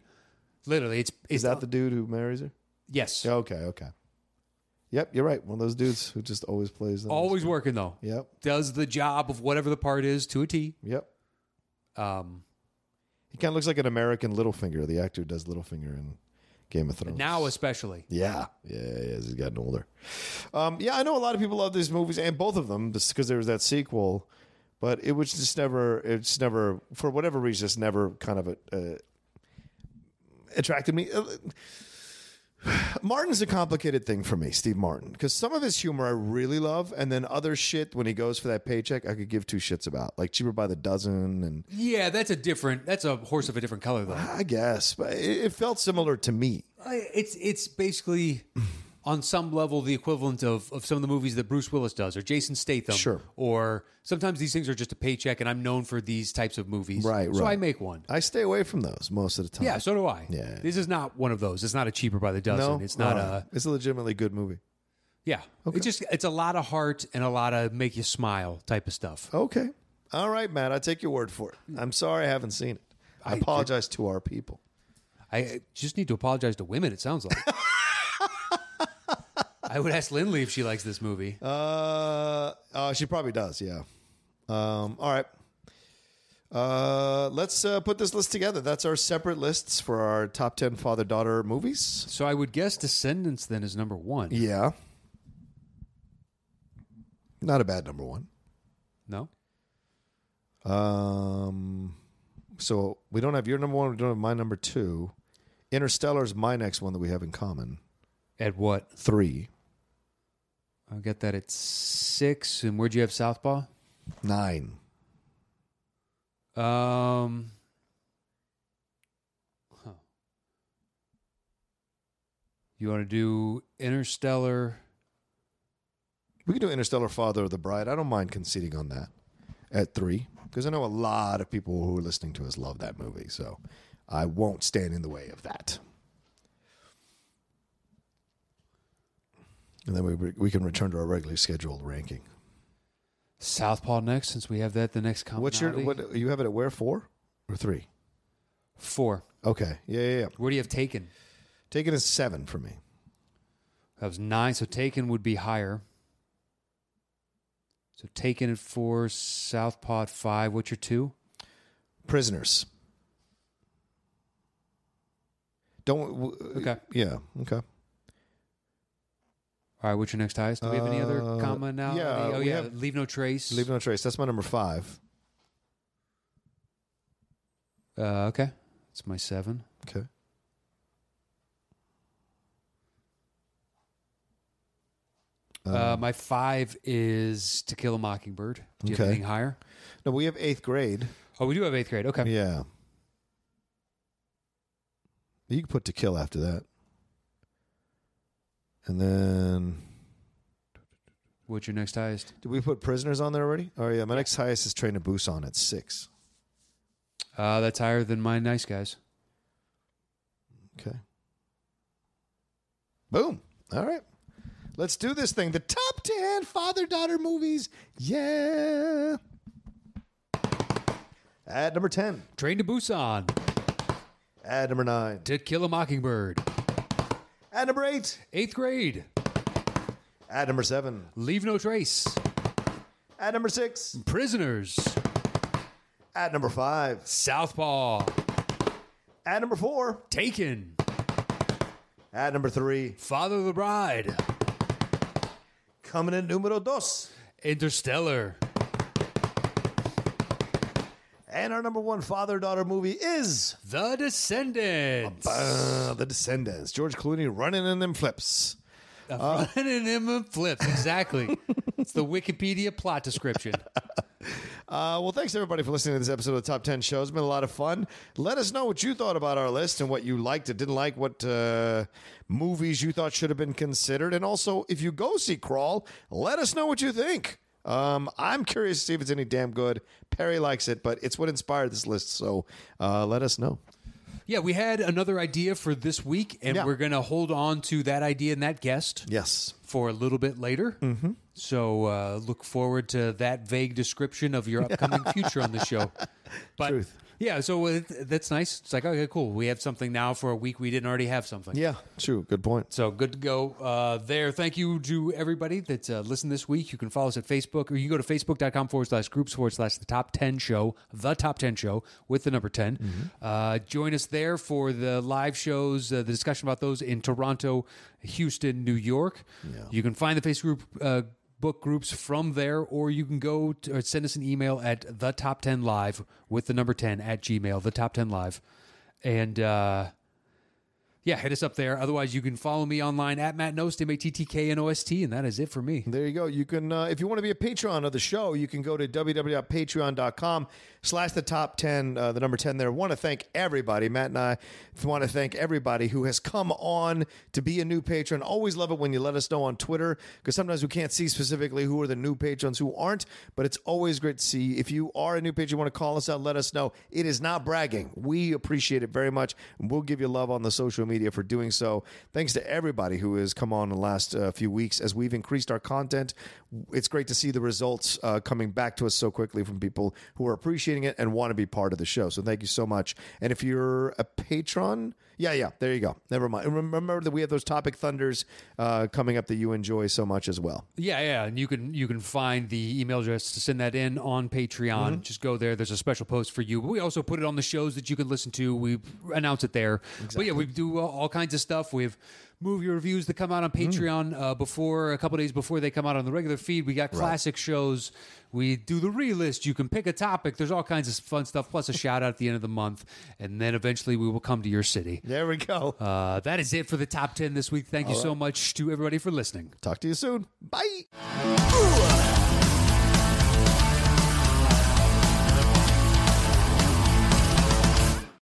Speaker 2: literally, it's it's
Speaker 1: Is that the dude who marries her?
Speaker 2: yes,
Speaker 1: Yeah, okay. Okay. Yep, you're right. One of those dudes who just always plays. Them.
Speaker 2: always working though.
Speaker 1: Yep.
Speaker 2: Does the job of whatever the part is to a T.
Speaker 1: Yep.
Speaker 2: Um,
Speaker 1: He kind of looks like an American Littlefinger, the actor who does Littlefinger in Game of Thrones.
Speaker 2: now especially.
Speaker 1: Yeah, yeah, yeah. As he's gotten older. Um, yeah, I know a lot of people love these movies and both of them because there was that sequel, but it was just never. It's never for whatever reason. It's never kind of uh, attracted me. Uh, Martin's a complicated thing for me, Steve Martin, because some of his humor I really love, and then other shit when he goes for that paycheck, I could give two shits about, like cheaper by the dozen and
Speaker 2: Yeah, that's a different. That's a horse of a different color though.
Speaker 1: I guess, but it, it felt similar to me.
Speaker 2: I- It's it's basically on some level the equivalent of, of some of the movies that Bruce Willis does or Jason Statham.
Speaker 1: Sure.
Speaker 2: Or sometimes these things are just a paycheck, and I'm known for these types of movies.
Speaker 1: Right,
Speaker 2: So
Speaker 1: right.
Speaker 2: I make one.
Speaker 1: I stay away from those most of the time.
Speaker 2: Yeah, so do I.
Speaker 1: Yeah.
Speaker 2: This is not one of those. It's not a cheaper by the dozen. It's not
Speaker 1: Uh,
Speaker 2: a
Speaker 1: It's a legitimately good movie.
Speaker 2: yeah. It's just it's a lot of heart and a lot of make you smile type of stuff.
Speaker 1: Okay. All right, Matt. I take your word for it.
Speaker 2: Hmm.
Speaker 1: I'm sorry I haven't seen it. I, apologize to our people.
Speaker 2: I just need to apologize to women. It sounds like. I would ask Lindley if she likes this movie.
Speaker 1: Uh, uh, she probably does. Yeah. Um, all right. Uh, let's uh, put this list together. That's our separate lists for our top ten father-daughter movies.
Speaker 2: So I would guess Descendants then is number one.
Speaker 1: Yeah. Not a bad number one.
Speaker 2: No.
Speaker 1: Um, so we don't have your number one. We don't have my number two. Interstellar is my next one that we have in common.
Speaker 2: At what?
Speaker 1: Three,
Speaker 2: I got that at six. And where'd you have Southpaw?
Speaker 1: nine.
Speaker 2: Um. Huh. You want to do Interstellar?
Speaker 1: We can do Interstellar, Father of the Bride. I don't mind conceding on that at three because I know a lot of people who are listening to us love that movie. So I won't stand in the way of that. And then we, we can return to our regularly scheduled ranking.
Speaker 2: Southpaw next, since we have that the next comedy.
Speaker 1: What's your what you have it at where four or three?
Speaker 2: four?
Speaker 1: Okay, yeah, yeah, yeah.
Speaker 2: Where do you have Taken?
Speaker 1: Taken is seven for me.
Speaker 2: That was nine, so Taken would be higher. So Taken at four, Southpaw at five. What's your two?
Speaker 1: prisoners. Don't. W-
Speaker 2: Okay.
Speaker 1: Yeah. Okay.
Speaker 2: All right, what's your next highest? Do we have any other
Speaker 1: Uh,
Speaker 2: comma now?
Speaker 1: yeah,
Speaker 2: Oh
Speaker 1: we
Speaker 2: yeah.
Speaker 1: have-
Speaker 2: Leave no trace.
Speaker 1: Leave no trace. That's my number five.
Speaker 2: uh, okay, it's my seven.
Speaker 1: Okay.
Speaker 2: Uh,
Speaker 1: Um,
Speaker 2: my five is To Kill a Mockingbird. Do you
Speaker 1: Okay.
Speaker 2: have anything higher?
Speaker 1: No, we have eighth grade.
Speaker 2: Oh, we do have eighth grade. Okay.
Speaker 1: Yeah. You can put to kill after that. And then,
Speaker 2: What's your next highest?
Speaker 1: did we put prisoners on there already? Oh yeah, my next highest is Train to Busan at six.
Speaker 2: Uh, that's higher than my nice guys.
Speaker 1: Okay. Boom. All right. Let's do this thing. The top 10 father daughter movies. Yeah. At number 10,
Speaker 2: Train to Busan.
Speaker 1: at number 9,
Speaker 2: To Kill a Mockingbird.
Speaker 1: At number eight,
Speaker 2: Eighth grade.
Speaker 1: at number seven,
Speaker 2: Leave no trace.
Speaker 1: at number six,
Speaker 2: Prisoners.
Speaker 1: at number five,
Speaker 2: Southpaw.
Speaker 1: at number four,
Speaker 2: Taken.
Speaker 1: at number three,
Speaker 2: Father of the Bride.
Speaker 1: coming in numero dos,
Speaker 2: Interstellar.
Speaker 1: and our number one father daughter movie is
Speaker 2: The Descendants.
Speaker 1: uh, The Descendants. George Clooney running in them flips.
Speaker 2: Running him and flips. Exactly. it's the Wikipedia plot description.
Speaker 1: Uh, well, thanks everybody for listening to this episode of the Top 10 Show. It's been a lot of fun. Let us know what you thought about our list and what you liked and didn't like, what uh, movies you thought should have been considered. And also, if you go see Crawl, let us know what you think. Um, I'm curious to see if it's any damn good. Perry likes it, but it's what inspired this list. So uh, let us know.
Speaker 2: Yeah, we had another idea for this week, and
Speaker 1: Yeah.
Speaker 2: we're going to hold on to that idea and that guest
Speaker 1: Yes.
Speaker 2: for a little bit later. Mm-hmm. So uh, look forward to that vague description of your upcoming future on the show. But
Speaker 1: Truth.
Speaker 2: yeah, so uh, that's nice. It's like okay, cool. We have something now for a week we didn't already have something.
Speaker 1: Yeah. True. Good point.
Speaker 2: So good to go uh, there. Thank you to everybody that uh, listened this week. You can follow us at Facebook or you go to facebook.com forward slash groups forward slash the top 10 show, the top 10 show with the number 10. Uh, join us there for the live shows, uh, the discussion about those in Toronto, Houston, New York. You can find the Facebook group. Uh, Book groups from there, or you can go to, or send us an email at the top 10 live with the number 10 at Gmail, the top 10 live. And, uh, yeah, hit us up there. Otherwise, you can follow me online at Matt Nost, M A T T K N O S T, and that is it for me.
Speaker 1: There you go. You can, uh, if you want to be a patron of the show, you can go to www.patreon.com slash the top 10, uh, the number 10 there. want to thank everybody. Matt and I want to thank everybody who has come on to be a new patron. Always love it when you let us know on Twitter because sometimes we can't see specifically who are the new patrons who aren't, but it's always great to see. If you are a new patron, you want to call us out, let us know. It is not bragging. We appreciate it very much. And we'll give you love on the social media for doing so. Thanks to everybody who has come on in the last uh, few weeks as we've increased our content. It's great to see the results uh, coming back to us so quickly from people who are appreciating it and want to be part of the show. So thank you so much. And if you're a patron, yeah, yeah, there you go. Never mind. And Remember that we have those topic thunders uh, coming up that you enjoy so much as well.
Speaker 2: Yeah, yeah, and you can you can find the email address to send that in on Patreon. Just go there. There's a special post for you. But we also put it on the shows that you can listen to. We announce it there. But yeah, we do all- all kinds of stuff. We've movie reviews that come out on Patreon uh, before a couple days before they come out on the regular feed. We got classic shows. We do the re-list. You can pick a topic. There's all kinds of fun stuff. Plus a shout out at the end of the month, and then eventually we will come to your city.
Speaker 1: There we go.
Speaker 2: Uh, that is it for the top 10 this week. Thank you so much to everybody for listening.
Speaker 1: Talk to you soon. Bye.
Speaker 3: Ooh.